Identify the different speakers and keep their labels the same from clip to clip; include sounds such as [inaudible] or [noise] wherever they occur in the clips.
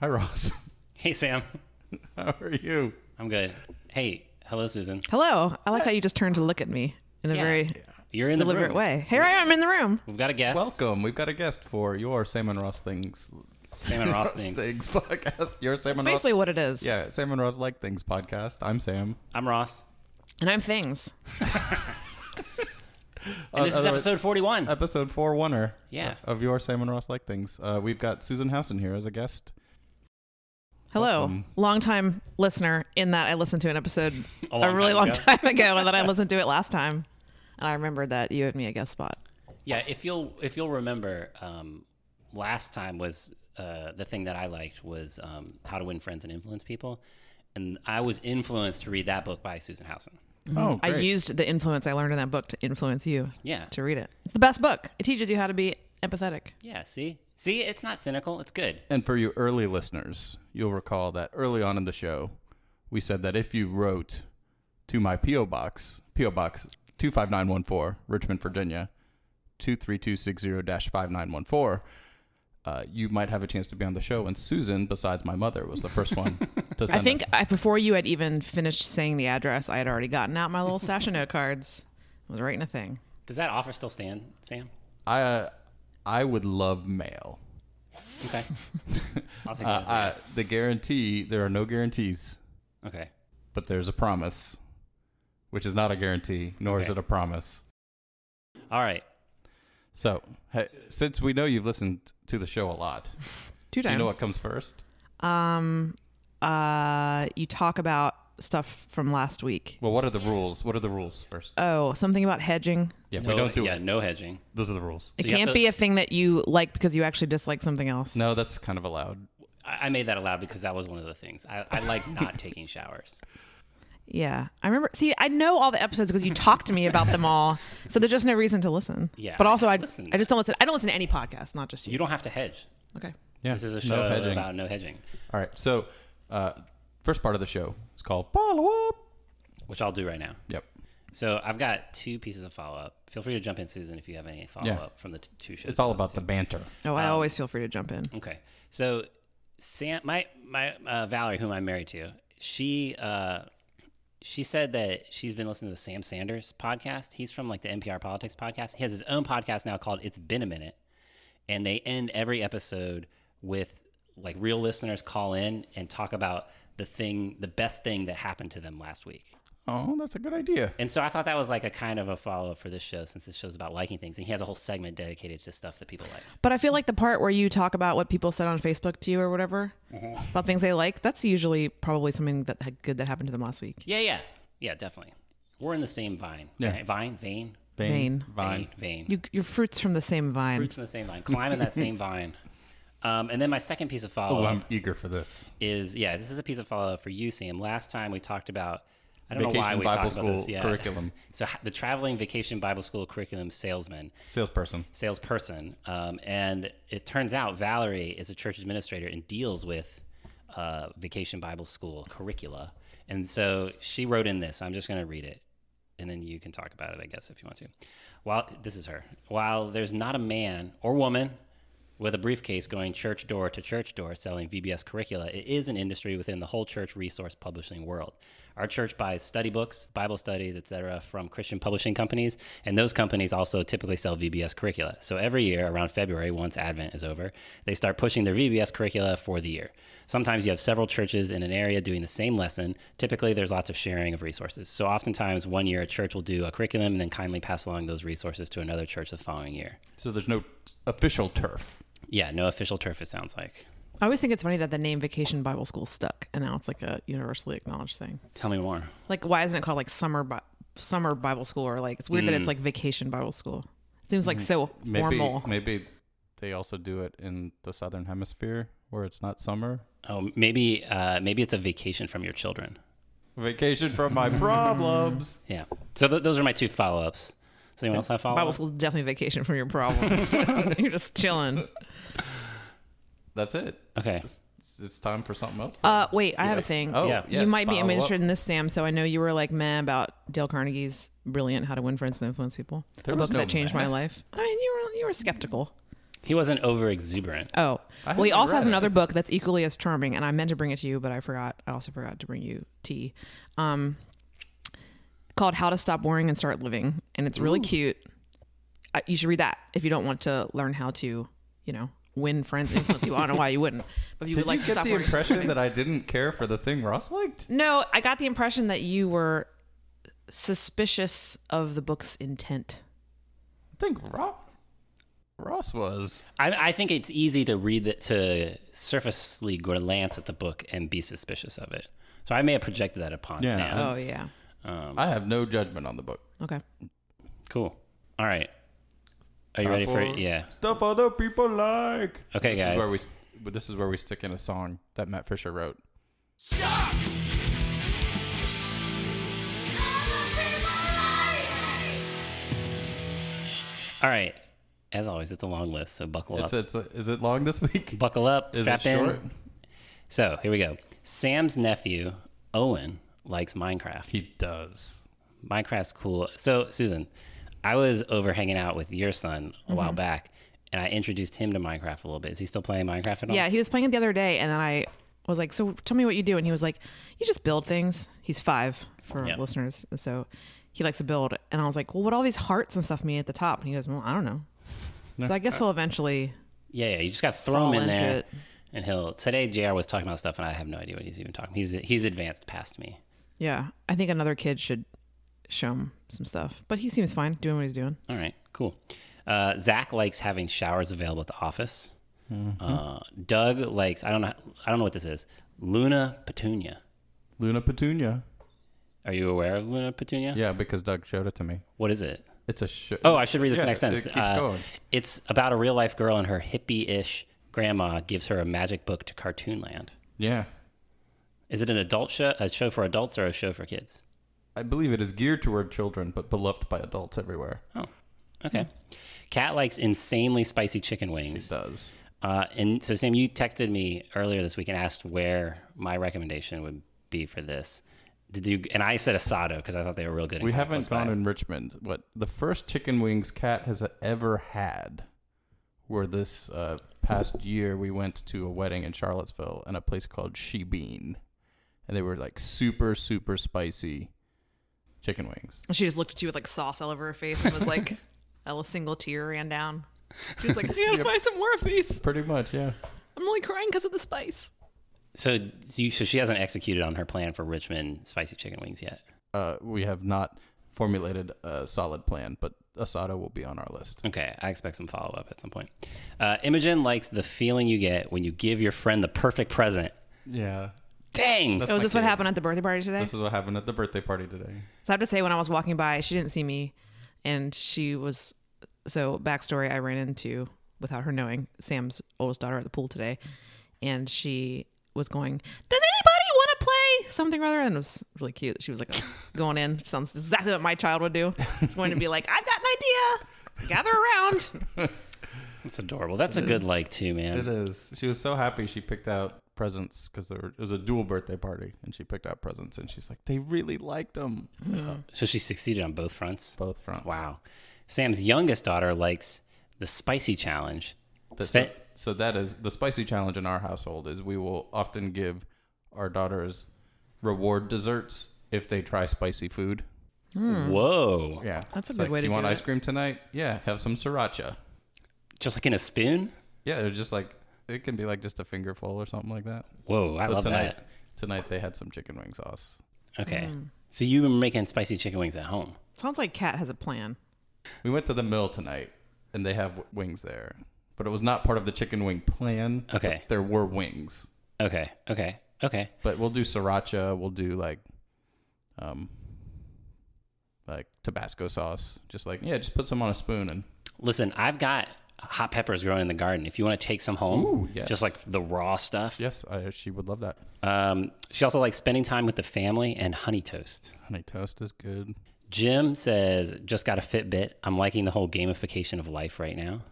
Speaker 1: Hi, Ross. [laughs]
Speaker 2: Hey, Sam.
Speaker 1: How are you?
Speaker 2: I'm good. Hey, hello, Susan.
Speaker 3: Hello. I like how you just turned to look at me in a
Speaker 2: Yeah.
Speaker 3: very
Speaker 2: You're in the
Speaker 3: deliberate
Speaker 2: room.
Speaker 3: way. Here I am in the room.
Speaker 2: We've got a guest.
Speaker 1: Welcome. We've got a guest for your Sam and Ross things.
Speaker 2: Sam
Speaker 1: [laughs]
Speaker 2: and Ross things.
Speaker 1: podcast. Your Sam and Ross.
Speaker 3: Basically, what it is.
Speaker 1: Yeah, Sam and Ross like things podcast. I'm Sam.
Speaker 2: I'm Ross.
Speaker 3: And I'm things.
Speaker 2: And this is
Speaker 1: otherwise-
Speaker 2: episode 41.
Speaker 1: Episode four oneer.
Speaker 2: Yeah.
Speaker 1: Of your Sam and Ross like things. Uh, we've got Susan Housen here as a guest.
Speaker 3: Hello,
Speaker 1: Welcome.
Speaker 3: longtime listener. In that I listened to an episode
Speaker 2: A
Speaker 3: a,
Speaker 2: long
Speaker 3: really
Speaker 2: time
Speaker 3: long
Speaker 2: ago.
Speaker 3: [laughs] time ago, and then I listened to it last time, and I remembered that you had me a guest spot.
Speaker 2: Yeah, if you'll if you'll remember, um, last time was uh, the thing that I liked was um, How to Win Friends and Influence People, and I was influenced to read that book by Susan Housen.
Speaker 1: Oh,
Speaker 3: I
Speaker 1: great.
Speaker 3: used the influence I learned in that book to influence you
Speaker 2: Yeah.
Speaker 3: to read it. It's the best book. It teaches you how to be empathetic.
Speaker 2: Yeah. See, see, it's not cynical. It's good.
Speaker 1: And for you early listeners, you'll recall that early on in the show, we said that if you wrote to my P.O. Box, P.O. Box 25914, Richmond, Virginia, 23260 5914, uh, you might have a chance to be on the show. And Susan, besides my mother, was the first one to
Speaker 3: [laughs] I
Speaker 1: send
Speaker 3: think
Speaker 1: us.
Speaker 3: I, before you had even finished saying the address, I had already gotten out my little stash of note cards. I was writing a thing.
Speaker 2: Does that offer still stand, Sam?
Speaker 1: I, uh, I would love mail.
Speaker 3: [laughs]
Speaker 2: Okay. I'll take
Speaker 1: Uh,
Speaker 2: that. as a
Speaker 1: uh, the guarantee, there are no guarantees,
Speaker 2: yes. okay.
Speaker 1: but there's a promise, which is not a guarantee, nor is
Speaker 2: Okay.
Speaker 1: it a promise.
Speaker 2: All right.
Speaker 1: So, hey, since we know you've listened to the show a lot, do
Speaker 3: Two
Speaker 1: you
Speaker 3: times.
Speaker 1: know what comes first?
Speaker 3: um, uh, you talk about stuff from last week.
Speaker 1: Well, what are the rules? What are the rules first?
Speaker 3: Oh, something about hedging.
Speaker 1: Yeah,
Speaker 2: Uh, no,
Speaker 1: we don't do
Speaker 2: yeah,
Speaker 1: it.
Speaker 2: no hedging.
Speaker 1: Those are the rules.
Speaker 3: It
Speaker 2: you have
Speaker 3: can't
Speaker 2: to-
Speaker 3: be a thing that you like because you actually dislike something else.
Speaker 1: No, that's kind of allowed.
Speaker 2: I, I made that aloud because that was one of the things. I,
Speaker 1: [laughs]
Speaker 2: I like not taking showers.
Speaker 3: Yeah, I remember. See, I know all the episodes because you talked to me about them all. So there's just no reason to listen.
Speaker 2: Yeah,
Speaker 3: But also, I
Speaker 2: listen.
Speaker 3: I just don't listen. I don't listen to any podcast, not just you.
Speaker 2: You don't have to hedge.
Speaker 3: okay.
Speaker 1: Yeah,
Speaker 2: This is a
Speaker 1: no
Speaker 2: show
Speaker 1: hedging.
Speaker 2: about no hedging,
Speaker 1: All right. So, uh, first part of the show is called follow up.
Speaker 2: which I'll do right now.
Speaker 1: Yep.
Speaker 2: So I've got two pieces of follow up. Feel free to jump in, Susan, if you have any follow up from the t- two shows.
Speaker 1: It's all
Speaker 2: I listened
Speaker 1: about the banter.
Speaker 3: No,
Speaker 2: Um,
Speaker 3: I always feel free to jump in.
Speaker 2: to. Okay, so Sam, my my uh, Valerie, whom I'm married to, she uh, she said that she's been listening to the Sam Sanders podcast. He's from like the NPR Politics podcast. He has his own podcast now called It's Been a Minute, and they end every episode with like real listeners call in and talk about the thing, the best thing that happened to them last week.
Speaker 1: Oh, that's a good idea.
Speaker 2: And so I thought that was like a kind of a follow up for this show since this show's about liking things. And he has a whole segment dedicated to stuff that people like.
Speaker 3: But I feel like the part where you talk about what people said on Facebook to you or whatever
Speaker 2: Mm-hmm.
Speaker 3: about things they like, that's usually probably something that had good that happened to them last week.
Speaker 2: Yeah, yeah. Yeah, definitely. We're in the same vine.
Speaker 1: Yeah.
Speaker 2: Right? Vine, vein,
Speaker 1: Vane.
Speaker 3: Vane.
Speaker 1: Vine.
Speaker 2: vein.
Speaker 3: You, your fruits from the same vine.
Speaker 2: Fruits from the same vine. Climbing that
Speaker 1: [laughs]
Speaker 2: same vine. Um, and then my second piece of
Speaker 1: Oh,
Speaker 2: follow up
Speaker 1: I'm eager for this.
Speaker 2: is yeah, this is a piece of follow up for you, Sam. Last time we talked about I don't know why
Speaker 1: Vacation
Speaker 2: we
Speaker 1: Bible
Speaker 2: talked about
Speaker 1: school
Speaker 2: this. Yeah.
Speaker 1: curriculum.
Speaker 2: [laughs] So h- the traveling vacation Bible school curriculum salesman.
Speaker 1: Salesperson.
Speaker 2: salesperson. Um, and it turns out Valerie is a church administrator and deals with uh, Vacation Bible School curricula. And so she wrote in this. I'm just going to read it. And then you can talk about it, I guess, if you want to. While this is her, while there's not a man or woman with a briefcase going church door to church door selling VBS curricula, it is an industry within the whole church resource publishing world. Our church buys study books, Bible studies, etc., from Christian publishing companies, and those companies also typically sell VBS curricula. So every year around February, once Advent is over, they start pushing their VBS curricula for the year. Sometimes you have several churches in an area doing the same lesson. Typically, there's lots of sharing of resources. So oftentimes, one year a church will do a curriculum and then kindly pass along those resources to another church the following year.
Speaker 1: So there's no official turf.
Speaker 2: Yeah, no official turf, it sounds like.
Speaker 3: I always think it's funny that the name Vacation Bible School stuck, and now it's like a universally acknowledged thing.
Speaker 2: Tell me more.
Speaker 3: Like, why isn't it called like summer Bi- summer Bible School or like it's weird that it's like Vacation Bible School? It seems like so
Speaker 1: Mm. Maybe
Speaker 3: formal.
Speaker 1: maybe they also do it in the southern hemisphere where it's not summer.
Speaker 2: Oh, maybe uh, maybe it's a vacation from your children.
Speaker 1: Vacation from
Speaker 2: [laughs]
Speaker 1: my problems.
Speaker 2: Yeah. So th- those are my two follow ups. Does anyone else have follow
Speaker 3: Bible
Speaker 2: ups?
Speaker 3: school is definitely vacation from
Speaker 1: [laughs]
Speaker 3: your problems. [laughs] You're just chilling.
Speaker 1: That's it.
Speaker 2: Okay.
Speaker 1: It's time for something else.
Speaker 3: Uh, wait, I have a thing.
Speaker 1: Oh,
Speaker 2: Yeah.
Speaker 1: yes,
Speaker 3: you might be
Speaker 1: follow up.
Speaker 3: interested in this, Sam. So I know you were like meh about Dale Carnegie's brilliant "How to Win Friends and Influence People,"
Speaker 1: There
Speaker 3: a
Speaker 1: was
Speaker 3: book
Speaker 1: no
Speaker 3: that changed
Speaker 1: meh.
Speaker 3: my life. I mean, you were you were skeptical.
Speaker 2: He wasn't over exuberant.
Speaker 3: Oh,
Speaker 1: I
Speaker 3: well, he
Speaker 1: haven't
Speaker 3: also has
Speaker 1: read it.
Speaker 3: another book that's equally as charming, and I meant to bring it to you, but I forgot. I also forgot to bring you tea, um, called "How to Stop Worrying and Start Living," and it's really cute. I, you should read that if you don't want to learn how to, you know, win friends and influence people. I don't know why you wouldn't, but if you
Speaker 1: Did
Speaker 3: would like
Speaker 1: you
Speaker 3: to
Speaker 1: get
Speaker 3: stop
Speaker 1: the
Speaker 3: worrying. [laughs]
Speaker 1: impression that I didn't care for the thing Ross liked?
Speaker 3: No, I got the impression that you were suspicious of the book's intent.
Speaker 1: I think Ross, Ross was.
Speaker 2: I, I think it's easy to read it to surfacely glance at the book and be suspicious of it. So I may have projected that upon
Speaker 1: Yeah.
Speaker 2: Sam.
Speaker 3: Oh yeah.
Speaker 2: Um,
Speaker 1: I have no judgment on the book.
Speaker 3: Okay.
Speaker 2: Cool. All right. Are you
Speaker 1: Time
Speaker 2: ready for it? Yeah.
Speaker 1: Stuff other people like.
Speaker 2: Okay,
Speaker 1: this
Speaker 2: guys.
Speaker 1: Is where we, s- but this is where we stick in a song that Matt Fisher wrote.
Speaker 2: All right. As always, it's a long list, so buckle
Speaker 1: It's
Speaker 2: up.
Speaker 1: it's a, is it long this week?
Speaker 2: buckle up,
Speaker 1: Is
Speaker 2: strap
Speaker 1: it
Speaker 2: Uh, in.
Speaker 1: short?
Speaker 2: So here we go. Sam's nephew, Owen, likes Minecraft.
Speaker 1: He does.
Speaker 2: Minecraft's cool. So, Susan, I was over hanging out with your son a
Speaker 3: Mm-hmm.
Speaker 2: while back, and I introduced him to Minecraft a little bit. Is he still playing Minecraft at all?
Speaker 3: Yeah, he was playing it the other day, and then I was like, "So tell me what you do." And he was like, "You just build things." He's five for
Speaker 2: Yeah.
Speaker 3: listeners, and so he likes to build. And I was like, "Well, what all these hearts and stuff mean at the top?" And he goes, "Well, I don't know." So I guess he'll eventually.
Speaker 2: Yeah, yeah. You just got to throw him
Speaker 3: Fall
Speaker 2: in
Speaker 3: into
Speaker 2: there,
Speaker 3: it.
Speaker 2: and he'll. Today, Jr. was talking about stuff, and I have no idea what he's even talking. He's he's advanced past me.
Speaker 3: Yeah, I think another kid should show him some stuff, but he seems fine doing what he's doing.
Speaker 2: All right, cool. Uh, Zach likes having showers available at the office.
Speaker 3: Mm-hmm.
Speaker 2: Uh, Doug likes. I don't know. I don't know what this is. Luna Petunia.
Speaker 1: Luna Petunia.
Speaker 2: Are you aware of Luna Petunia?
Speaker 1: Yeah, because Doug showed it to me.
Speaker 2: What is it?
Speaker 1: It's a show.
Speaker 2: Oh, I should read this
Speaker 1: Yeah,
Speaker 2: next sentence.
Speaker 1: It keeps
Speaker 2: Uh,
Speaker 1: going.
Speaker 2: It's about a real life girl and her hippie ish grandma gives her a magic book to Cartoon Land.
Speaker 1: Yeah,
Speaker 2: Is it an adult show, a show for adults, or a show for kids?
Speaker 1: I believe it is geared toward children, but beloved by adults everywhere.
Speaker 2: Oh, okay.
Speaker 1: Hmm.
Speaker 2: Cat likes insanely spicy chicken
Speaker 1: He
Speaker 2: wings.
Speaker 1: does.
Speaker 2: Uh, and so, Sam, you texted me earlier this week and asked where my recommendation would be for this. Did you? And I said Asado because I thought they were real good. and
Speaker 1: We
Speaker 2: kinda
Speaker 1: haven't
Speaker 2: close by.
Speaker 1: gone in Richmond. What the first chicken wings Cat has ever had were this uh, past year. We went to a wedding in Charlottesville in a place called She Bean, and they were like super super spicy chicken wings.
Speaker 3: And she just looked at you with like sauce all over her face and was [laughs] like, a single tear ran down. She was like, "I gotta find some more of these.
Speaker 1: Pretty much, yeah.
Speaker 3: I'm only crying because of the spice."
Speaker 2: So, so, you, so she hasn't executed on her plan for Richmond spicy chicken wings yet.
Speaker 1: Uh, we have not formulated a solid plan, but asada will be on our list.
Speaker 2: Okay, I expect some follow up at some point. Uh, Imogen likes the feeling you get when you give your friend the perfect present.
Speaker 1: Yeah.
Speaker 2: Dang!
Speaker 3: Oh, is this what happened at the birthday party today?
Speaker 1: This is what happened at the birthday party today.
Speaker 3: So I have to say, when I was walking by, she didn't see me, and she was so backstory. I ran into without her knowing Sam's oldest daughter at the pool today, and she was going, "Does anybody want to play something or other?" And it was really cute. She was like [laughs] going in. Sounds exactly what my child would do. It's going to be like, "I've got an idea. Gather around."
Speaker 2: That's adorable. That's a good like too,
Speaker 1: It
Speaker 2: man.
Speaker 1: is. She was so happy she picked out presents because there were, it was a dual birthday party, and she picked out presents, and she's like, "They really liked them."
Speaker 2: So she succeeded on both fronts.
Speaker 1: Both fronts.
Speaker 2: Wow. Sam's youngest daughter likes the spicy challenge.
Speaker 1: That- so,
Speaker 2: Spe-
Speaker 1: so that is the spicy challenge in our household. Is we will often give our daughters reward desserts if they try spicy food.
Speaker 2: Whoa!
Speaker 1: Hmm. Yeah,
Speaker 3: That's a
Speaker 1: It's
Speaker 3: good
Speaker 1: like,
Speaker 3: way
Speaker 1: Do
Speaker 3: to
Speaker 1: you want
Speaker 3: do it."
Speaker 1: ice cream tonight? Yeah, have some sriracha.
Speaker 2: Just like in a spoon.
Speaker 1: Yeah, it's just like it can be like just a fingerful or something like that.
Speaker 2: Whoa! I
Speaker 1: so
Speaker 2: love
Speaker 1: tonight, Hmm. tonight they had some chicken wing sauce.
Speaker 2: that. Okay. So you were making spicy chicken wings at home.
Speaker 3: Sounds like Kat has a plan.
Speaker 1: We went to the mill tonight, and they have w- wings there, but it was not part of the chicken wing plan.
Speaker 2: Okay.
Speaker 1: but there were wings,
Speaker 2: Okay. Okay. Okay.
Speaker 1: but we'll do sriracha. We'll do like, um, like Tabasco sauce. Just like yeah, just put some on a spoon and
Speaker 2: Listen, I've got hot peppers growing in the garden. If you want to take some home,
Speaker 1: Ooh, yes.
Speaker 2: just like the raw stuff.
Speaker 1: yes, I, she would love that.
Speaker 2: Um, she also likes spending time with the family and honey toast.
Speaker 1: Honey toast is good.
Speaker 2: Jim says, just got a Fitbit. I'm liking the whole gamification of life right now.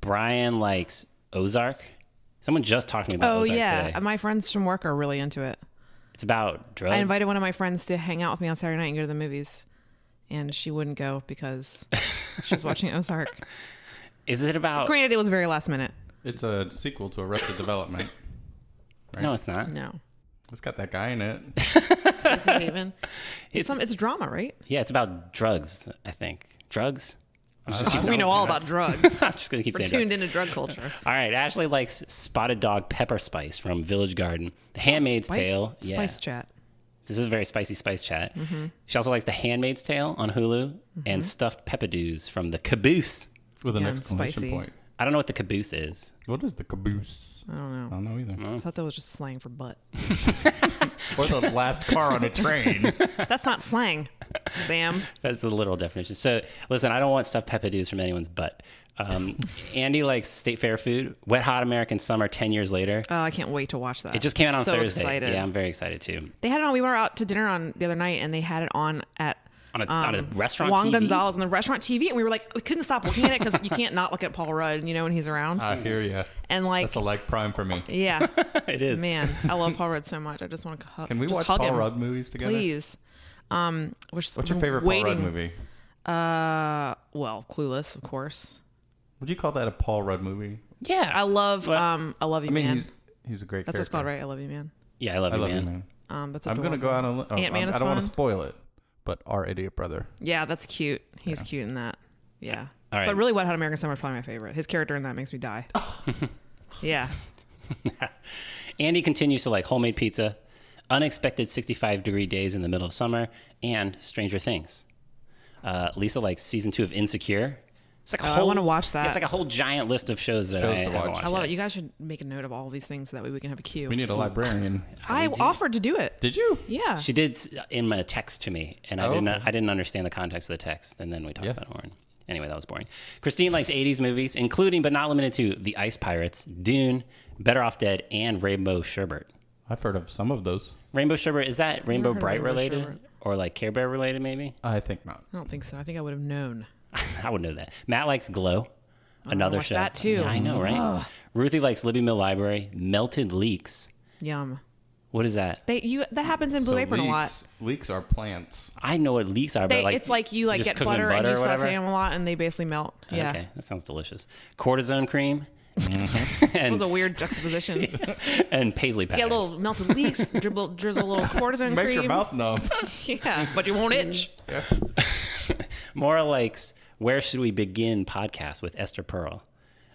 Speaker 2: Brian likes Ozark. Someone just talked to me about
Speaker 3: Oh
Speaker 2: Ozark
Speaker 3: yeah,
Speaker 2: today.
Speaker 3: my friends from work are really into it.
Speaker 2: It's about drugs.
Speaker 3: I invited one of my friends to hang out with me on Saturday night and go
Speaker 2: [laughs]
Speaker 3: to the movies, and she wouldn't go because she was watching Ozark.
Speaker 2: Is it about?
Speaker 3: Granted, it was very last minute.
Speaker 1: It's a sequel to Arrested Development.
Speaker 2: No, it's not.
Speaker 3: No,
Speaker 1: [coughs] It's got that guy in it.
Speaker 3: is
Speaker 2: [laughs]
Speaker 3: it even? It's, some, it's drama, right?
Speaker 2: Yeah, it's about drugs. I think drugs. [laughs] I'm just,
Speaker 3: We know all
Speaker 2: [laughs]
Speaker 3: about drugs.
Speaker 2: I'm just gonna keep
Speaker 3: We're
Speaker 2: saying.
Speaker 3: tuned
Speaker 2: drugs.
Speaker 3: into drug culture.
Speaker 2: All right, Ashley likes Spotted Dog Pepper Spice from Village Garden, The Handmaid's
Speaker 3: Spice-
Speaker 2: Tale. Yeah.
Speaker 3: Spice chat.
Speaker 2: This is a very spicy spice chat.
Speaker 3: Mm-hmm.
Speaker 2: She also likes The Handmaid's Tale on Hulu and Stuffed Peppadews from The Caboose.
Speaker 1: With an
Speaker 3: Yeah,
Speaker 1: exclamation
Speaker 3: spicy.
Speaker 1: point.
Speaker 2: I don't know what The Caboose is.
Speaker 1: What is the caboose?
Speaker 3: I don't
Speaker 1: I
Speaker 3: know.
Speaker 1: don't know either.
Speaker 3: I thought that was just slang for butt.
Speaker 2: [laughs]
Speaker 1: Or the last car on a train.
Speaker 3: [laughs] That's not slang, Sam.
Speaker 2: That's the literal definition. So listen, I don't want stuffed peppadews from anyone's butt.
Speaker 3: [laughs]
Speaker 2: Um, Andy likes state fair food. Wet Hot American Summer. Ten years later,
Speaker 3: Oh, I can't wait to watch that.
Speaker 2: it just came out on
Speaker 3: so
Speaker 2: Thursday.
Speaker 3: Excited.
Speaker 2: Yeah, I'm very excited too.
Speaker 3: They had it on. We were out to dinner on the other night, and they had it on at
Speaker 2: On a, on a restaurant
Speaker 3: Um, Juan
Speaker 2: TV.
Speaker 3: Gonzalez on the restaurant TV, and we were like, we couldn't stop looking at it because you can't not look at Paul Rudd, you know, when he's
Speaker 2: Uh,
Speaker 3: around.
Speaker 1: I hear you.
Speaker 3: and like,
Speaker 1: That's a like prime for me.
Speaker 3: [laughs]
Speaker 2: [laughs]
Speaker 3: yeah,
Speaker 2: [laughs] It is.
Speaker 3: man, I love Paul Rudd so much. I just want to hug.
Speaker 1: Can we
Speaker 3: just
Speaker 1: watch
Speaker 3: hug
Speaker 1: Paul
Speaker 3: him,
Speaker 1: Rudd movies together?
Speaker 3: please? Um, we're just,
Speaker 1: What's your
Speaker 3: I'm
Speaker 1: favorite
Speaker 3: waiting.
Speaker 1: Paul Rudd movie?
Speaker 3: Uh, well, Clueless, of course.
Speaker 1: Would you call that a Paul Rudd movie?
Speaker 2: Yeah,
Speaker 3: I love,
Speaker 2: What?
Speaker 3: um, I love you,
Speaker 1: I mean,
Speaker 3: man.
Speaker 1: he's he's a great.
Speaker 3: That's what's
Speaker 1: character.
Speaker 3: called, right? I love you, man.
Speaker 2: yeah, I love,
Speaker 1: I
Speaker 2: you,
Speaker 1: love
Speaker 2: man.
Speaker 1: you, man.
Speaker 3: Um, that's
Speaker 1: I'm gonna
Speaker 3: adorable.
Speaker 1: go out on. Oh,
Speaker 3: Ant-Man
Speaker 1: I'm-
Speaker 3: is
Speaker 1: I don't want to
Speaker 3: fun.
Speaker 1: spoil it, but our idiot brother.
Speaker 3: Yeah, that's cute. He's cute in that. Yeah.
Speaker 2: All right.
Speaker 3: But really, Wet Hot American Summer is probably my favorite. His character in that makes
Speaker 2: [laughs]
Speaker 3: me die. yeah.
Speaker 2: Andy continues to like homemade pizza, unexpected 65 degree days in the middle of summer, and Stranger Things. Uh, Lisa likes season two of Insecure. It's like a
Speaker 3: Oh, I
Speaker 2: whole,
Speaker 3: wanna watch that.
Speaker 2: It's like a whole giant list of shows that
Speaker 1: Shows
Speaker 2: I
Speaker 1: to
Speaker 2: haven't
Speaker 1: watch.
Speaker 2: watched
Speaker 3: I love
Speaker 2: yet.
Speaker 3: it. You guys should make a note of all these things so that way we can have a queue.
Speaker 1: We need a librarian.
Speaker 3: I offered to do it.
Speaker 1: [laughs] Did you?
Speaker 3: Yeah.
Speaker 2: She did s- in a text to me, and I
Speaker 1: Oh,
Speaker 2: didn't.
Speaker 1: okay.
Speaker 2: I didn't understand the context of the text, and then we talked
Speaker 1: Yeah.
Speaker 2: about Horn. Anyway, that was boring. Christine likes '80s movies, including but not limited to The Ice Pirates, Dune, Better Off Dead, and Rainbow Sherbert.
Speaker 1: I've heard of some of those.
Speaker 2: Rainbow Sherbert is that Rainbow
Speaker 3: heard of
Speaker 2: Bright
Speaker 3: Rainbow
Speaker 2: related
Speaker 3: Sherbet.
Speaker 2: or like Care Bear related? Maybe
Speaker 1: I think not.
Speaker 3: I don't think so. I think I would have known.
Speaker 2: [sighs] I would know that. Matt likes Glow, another
Speaker 3: Oh, watch
Speaker 2: show.
Speaker 3: that too.
Speaker 2: Yeah, I know, right? Ruthie likes Libby Mill Library, Melted Leaks.
Speaker 3: Yum.
Speaker 2: What is that?
Speaker 3: They you that happens in Blue
Speaker 1: So
Speaker 3: Apron a lot.
Speaker 1: leeks, leeks are plants.
Speaker 2: I know what leaks are,
Speaker 3: They,
Speaker 2: but like
Speaker 3: it's like you like
Speaker 2: just
Speaker 3: get
Speaker 2: cook 'em in
Speaker 3: butter, and
Speaker 2: or
Speaker 3: you
Speaker 2: whatever?
Speaker 3: saute them a lot, and they basically melt. Yeah.
Speaker 2: Okay, that sounds delicious. Cortisone
Speaker 3: [laughs]
Speaker 2: cream. [laughs] and
Speaker 3: It was a weird juxtaposition.
Speaker 2: [laughs] and paisley
Speaker 3: Get
Speaker 2: patterns.
Speaker 3: a little melted leeks, dribble, drizzle a little cortisone
Speaker 1: Makes
Speaker 3: cream.
Speaker 1: your mouth numb.
Speaker 3: [laughs] Yeah, but you won't itch.
Speaker 2: Maura likes "Where Should We Begin" podcast with Esther Pearl.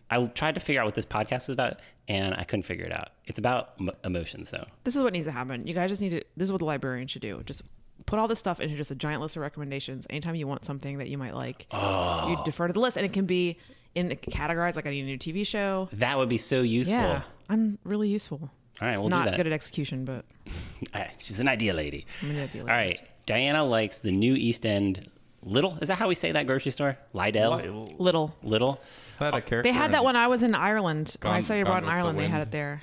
Speaker 2: I tried to figure out what this podcast was about, and I couldn't figure it out. It's about m- emotions, though.
Speaker 3: This is what needs to happen. You guys just need to. This is what the librarian should do. Just put all this stuff into just a giant list of recommendations. Anytime you want something that you might like,
Speaker 2: Ah.
Speaker 3: you defer to the list, and it can be in categorized like I need a new TV show.
Speaker 2: That would be so useful.
Speaker 3: Yeah, I'm really useful.
Speaker 2: All right, we'll
Speaker 3: Not
Speaker 2: do that.
Speaker 3: good at execution, but
Speaker 2: All right, she's an idea lady.
Speaker 3: I'm an idea
Speaker 2: All
Speaker 3: lady.
Speaker 2: right, Diana likes the new East End Little. Is that how we say that grocery store? Lidell
Speaker 1: Is
Speaker 3: little.
Speaker 2: Little.
Speaker 1: that a character?
Speaker 3: They had that when I was in Ireland. when I
Speaker 1: Gone-
Speaker 3: studied
Speaker 1: Gone
Speaker 3: abroad in
Speaker 1: with the
Speaker 3: Ireland, they had
Speaker 1: Wind.
Speaker 3: it there.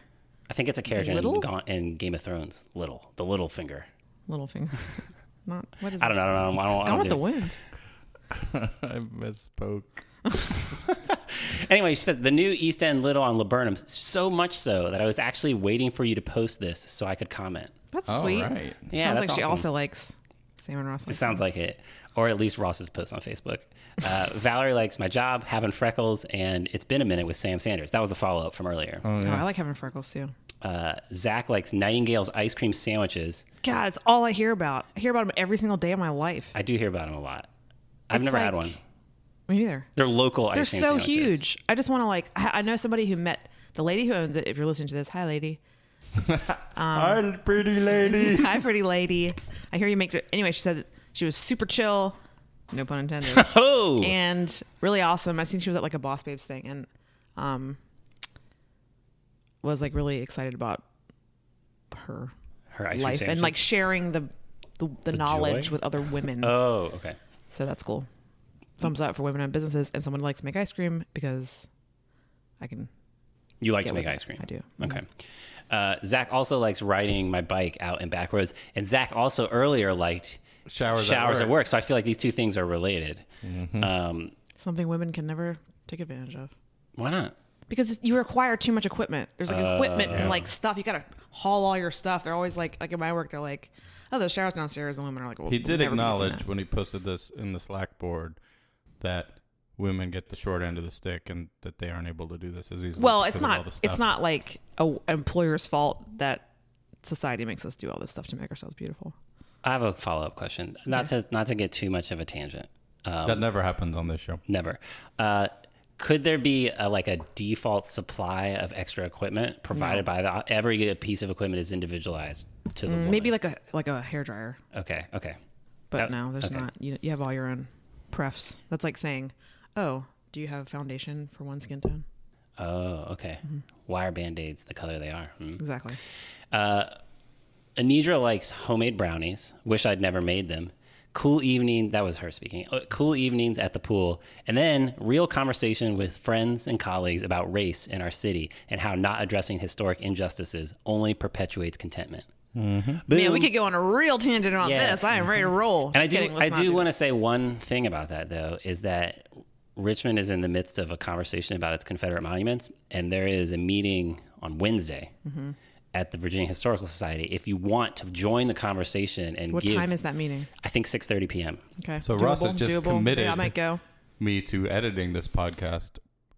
Speaker 2: I think it's a character in,
Speaker 3: Little?
Speaker 2: Ga- in Game of Thrones. Little, the little finger.
Speaker 3: Little finger. [laughs] Not what is
Speaker 2: I don't know. I
Speaker 3: this?
Speaker 2: don't know. I don't, I
Speaker 3: Gone
Speaker 2: don't
Speaker 3: with
Speaker 2: do-
Speaker 3: the wind.
Speaker 1: [laughs] I misspoke.
Speaker 2: Anyway, she said the new East End Little on Laburnum. So much so that I was actually waiting for you to post this so I could comment.
Speaker 3: That's
Speaker 1: All
Speaker 3: sweet.
Speaker 1: right.
Speaker 2: Yeah,
Speaker 3: sounds
Speaker 2: that's
Speaker 3: like she
Speaker 2: awesome.
Speaker 3: also likes Sam and Ross.
Speaker 2: It sounds like it, or at least Ross's post on Facebook.
Speaker 3: [laughs]
Speaker 2: Uh, Valerie likes my job, having freckles, and it's been a minute with Sam Sanders. That was the follow up from earlier.
Speaker 3: Oh, I like having freckles too.
Speaker 2: Uh, Zach likes Nightingale's ice cream sandwiches.
Speaker 3: God, it's all I hear about. I hear about them every single day of my life.
Speaker 2: I do hear about them a lot. I've
Speaker 3: It's
Speaker 2: never had
Speaker 3: like-
Speaker 2: one.
Speaker 3: Me neither.
Speaker 2: They're local
Speaker 3: They're
Speaker 2: ice cream
Speaker 3: so
Speaker 2: sandwiches.
Speaker 3: huge. I just want to like. I, I know somebody who met the lady who owns it. If you're listening to this, hi lady. Um,
Speaker 1: Hi, pretty lady.
Speaker 3: [laughs] Hi, pretty lady. I hear you make it. Anyway, she said that she was super chill, no pun
Speaker 2: [laughs]
Speaker 3: intended,
Speaker 2: Oh,
Speaker 3: and really awesome. I think she was at like a Boss Babes thing and um, was like really excited about her
Speaker 2: her ice cream
Speaker 3: life
Speaker 2: sandwiches.
Speaker 3: and like sharing the the, the, knowledge
Speaker 2: joy?
Speaker 3: with other women.
Speaker 2: oh, okay.
Speaker 3: So that's cool. Thumbs up for women owned businesses and someone who likes to make ice cream because I can
Speaker 2: You like
Speaker 3: get
Speaker 2: to make
Speaker 3: with it.
Speaker 2: ice cream.
Speaker 3: I do. Mm-hmm.
Speaker 2: Okay. Uh, Zach also likes riding my bike out in back roads, and Zach also earlier liked
Speaker 1: Showers.
Speaker 2: showers
Speaker 1: at Mm-hmm.
Speaker 2: at work. So I feel like these two things are related. Um,
Speaker 3: Something women can never take advantage of.
Speaker 2: why not?
Speaker 3: Because you require too much equipment. There's like
Speaker 2: Uh,
Speaker 3: equipment and like stuff. You gotta haul all your stuff. They're always like like in my work, they're like, Oh, those showers downstairs and women are like, well,
Speaker 1: He did
Speaker 3: we'll never be using
Speaker 1: acknowledge
Speaker 3: that.
Speaker 1: when he posted this in the Slack board that women get the short end of the stick and that they aren't able to do this as easily.
Speaker 3: Well,
Speaker 1: because of
Speaker 3: it's
Speaker 1: all
Speaker 3: not
Speaker 1: the
Speaker 3: it's
Speaker 1: stuff.
Speaker 3: not like a an employer's fault that society makes us do all this stuff to make ourselves beautiful.
Speaker 2: I have a follow up question. Not to not to get too much of a tangent. Um,
Speaker 1: that never happens on this show.
Speaker 2: never. Uh, could there be a, like a default supply of extra equipment provided by the every piece of equipment is individualized to the woman?
Speaker 3: Mm, Maybe like a like a hair dryer,
Speaker 2: Okay. Okay.
Speaker 3: but
Speaker 2: That-
Speaker 3: no, there's
Speaker 2: Oh, okay.
Speaker 3: not. You you have all your own prefs. That's like saying, "Oh, do you have foundation for one skin tone?"
Speaker 2: Oh, okay.
Speaker 3: Mm-hmm.
Speaker 2: Why are band aids the color they are? Hmm.
Speaker 3: Exactly.
Speaker 2: Anidra likes homemade brownies. Wish I'd never made them. Cool evening. That was her speaking. Uh, Cool evenings at the pool. And then real conversation with friends and colleagues about race in our city and how not addressing historic injustices only perpetuates contentment.
Speaker 3: Man, we could go on a real tangent on
Speaker 2: Yeah.
Speaker 3: this. I am ready to roll.
Speaker 2: And I
Speaker 3: Just
Speaker 2: do,
Speaker 3: kidding,
Speaker 2: I
Speaker 3: let's not
Speaker 2: do
Speaker 3: that.
Speaker 2: want to say one thing about that though is that Richmond is in the midst of a conversation about its Confederate monuments, and there is a meeting on Wednesday
Speaker 3: Mm-hmm.
Speaker 2: at the Virginia Historical Society. If you want to join the conversation and
Speaker 3: What
Speaker 2: give,
Speaker 3: time is that meeting?
Speaker 2: I think six thirty p.m.
Speaker 3: Okay.
Speaker 1: So Ross is just committed.
Speaker 3: Yeah, I might go.
Speaker 1: Me to editing this podcast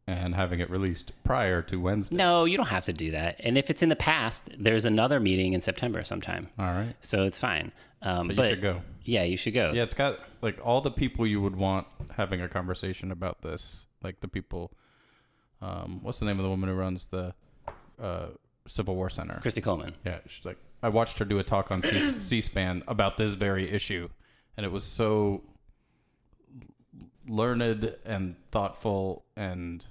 Speaker 1: and having it released prior to Wednesday.
Speaker 2: No, you don't have to do that. And if it's in the past, there's another meeting in September sometime,
Speaker 1: All right.
Speaker 2: so it's fine. Um,
Speaker 1: But
Speaker 2: but,
Speaker 1: you should go.
Speaker 2: Yeah, you should go.
Speaker 1: Yeah, it's got like all the people you would want having a conversation about this. Like the people, um, what's the name of the woman who runs the uh, Civil War Center?
Speaker 2: Christy Coleman.
Speaker 1: Yeah, she's like, I watched her do a talk on
Speaker 2: [clears throat]
Speaker 1: C- C-SPAN about this very issue, and it was so learned and thoughtful and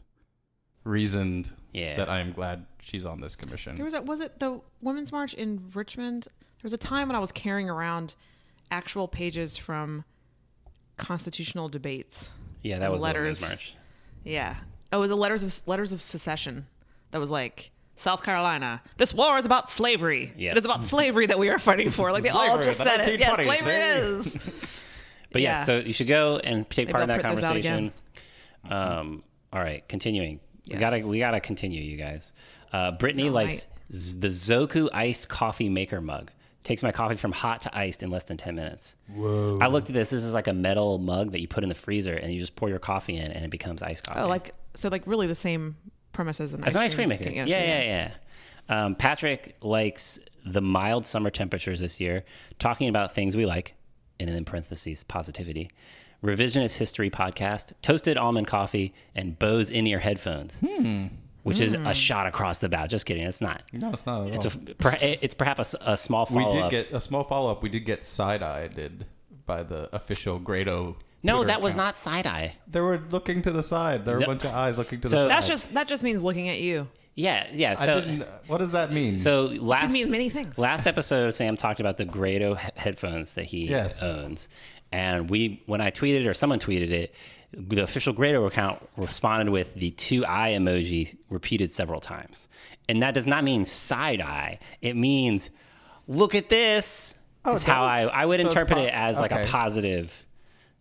Speaker 1: reasoned
Speaker 2: Yeah.
Speaker 1: that I am glad she's on this commission.
Speaker 3: There was a, was it the Women's March in Richmond? There was a time when I was carrying around actual pages from constitutional debates.
Speaker 2: yeah, that was
Speaker 3: Letters.
Speaker 2: letters. March.
Speaker 3: Yeah. Oh, it was the letters of letters of secession that was like South Carolina. This war is about slavery.
Speaker 2: Yeah.
Speaker 3: It is about slavery that we are fighting for. Like they all
Speaker 1: Slavery,
Speaker 3: just
Speaker 1: the
Speaker 3: said it. Yeah,
Speaker 1: 1920s,
Speaker 3: slavery
Speaker 1: eh?
Speaker 3: is.
Speaker 2: [laughs] But yeah.
Speaker 3: Yeah.
Speaker 2: so you should go and take part in
Speaker 3: I'll
Speaker 2: that
Speaker 3: print those out again.
Speaker 2: conversation. Um, all right, continuing. We
Speaker 3: Yes.
Speaker 2: gotta we gotta continue, you guys. Uh, Brittany likes z- the Zoku iced coffee maker mug. Takes my coffee from hot to iced in less than ten minutes. Whoa! I looked at this. This is like a metal mug that you put in the freezer and you just pour your coffee in, and it becomes iced coffee.
Speaker 3: Oh, like so, like really the same premise as an
Speaker 2: It's an ice cream maker. Yeah,
Speaker 3: making.
Speaker 2: yeah, yeah. Um, Patrick likes the mild summer temperatures this year, talking about things we like, and in parentheses, positivity, revisionist history podcast, toasted almond coffee, and Bose in ear headphones,
Speaker 1: Hmm.
Speaker 2: which is a shot across the bow. Just kidding. It's not.
Speaker 1: no, it's not at
Speaker 2: It's,
Speaker 1: all.
Speaker 2: a, per, it's perhaps a small
Speaker 1: we
Speaker 2: follow
Speaker 1: did
Speaker 2: up.
Speaker 1: get a small follow up. We did get side eyed by the official Grado.
Speaker 2: no,
Speaker 1: Twitter
Speaker 2: that was
Speaker 1: account.
Speaker 2: not side eye.
Speaker 1: They were looking to the side. There were
Speaker 2: No.
Speaker 1: a bunch of eyes looking to
Speaker 2: So-
Speaker 1: the side.
Speaker 3: That's just that just means looking at you.
Speaker 2: Yeah, yeah.
Speaker 1: I
Speaker 2: So
Speaker 1: didn't, what does that mean?
Speaker 2: So last
Speaker 3: mean many things.
Speaker 2: Last episode, Sam talked about the Grado he- headphones that he
Speaker 1: Yes.
Speaker 2: owns, and we when I tweeted or someone tweeted it, the official Grado account responded with the two eye emoji repeated several times, and that does not mean side eye. It means look at this.
Speaker 1: Oh,
Speaker 2: is how I
Speaker 1: that was-
Speaker 2: I would
Speaker 1: so it's
Speaker 2: interpret
Speaker 1: po-
Speaker 2: it as like a
Speaker 1: okay.
Speaker 2: positive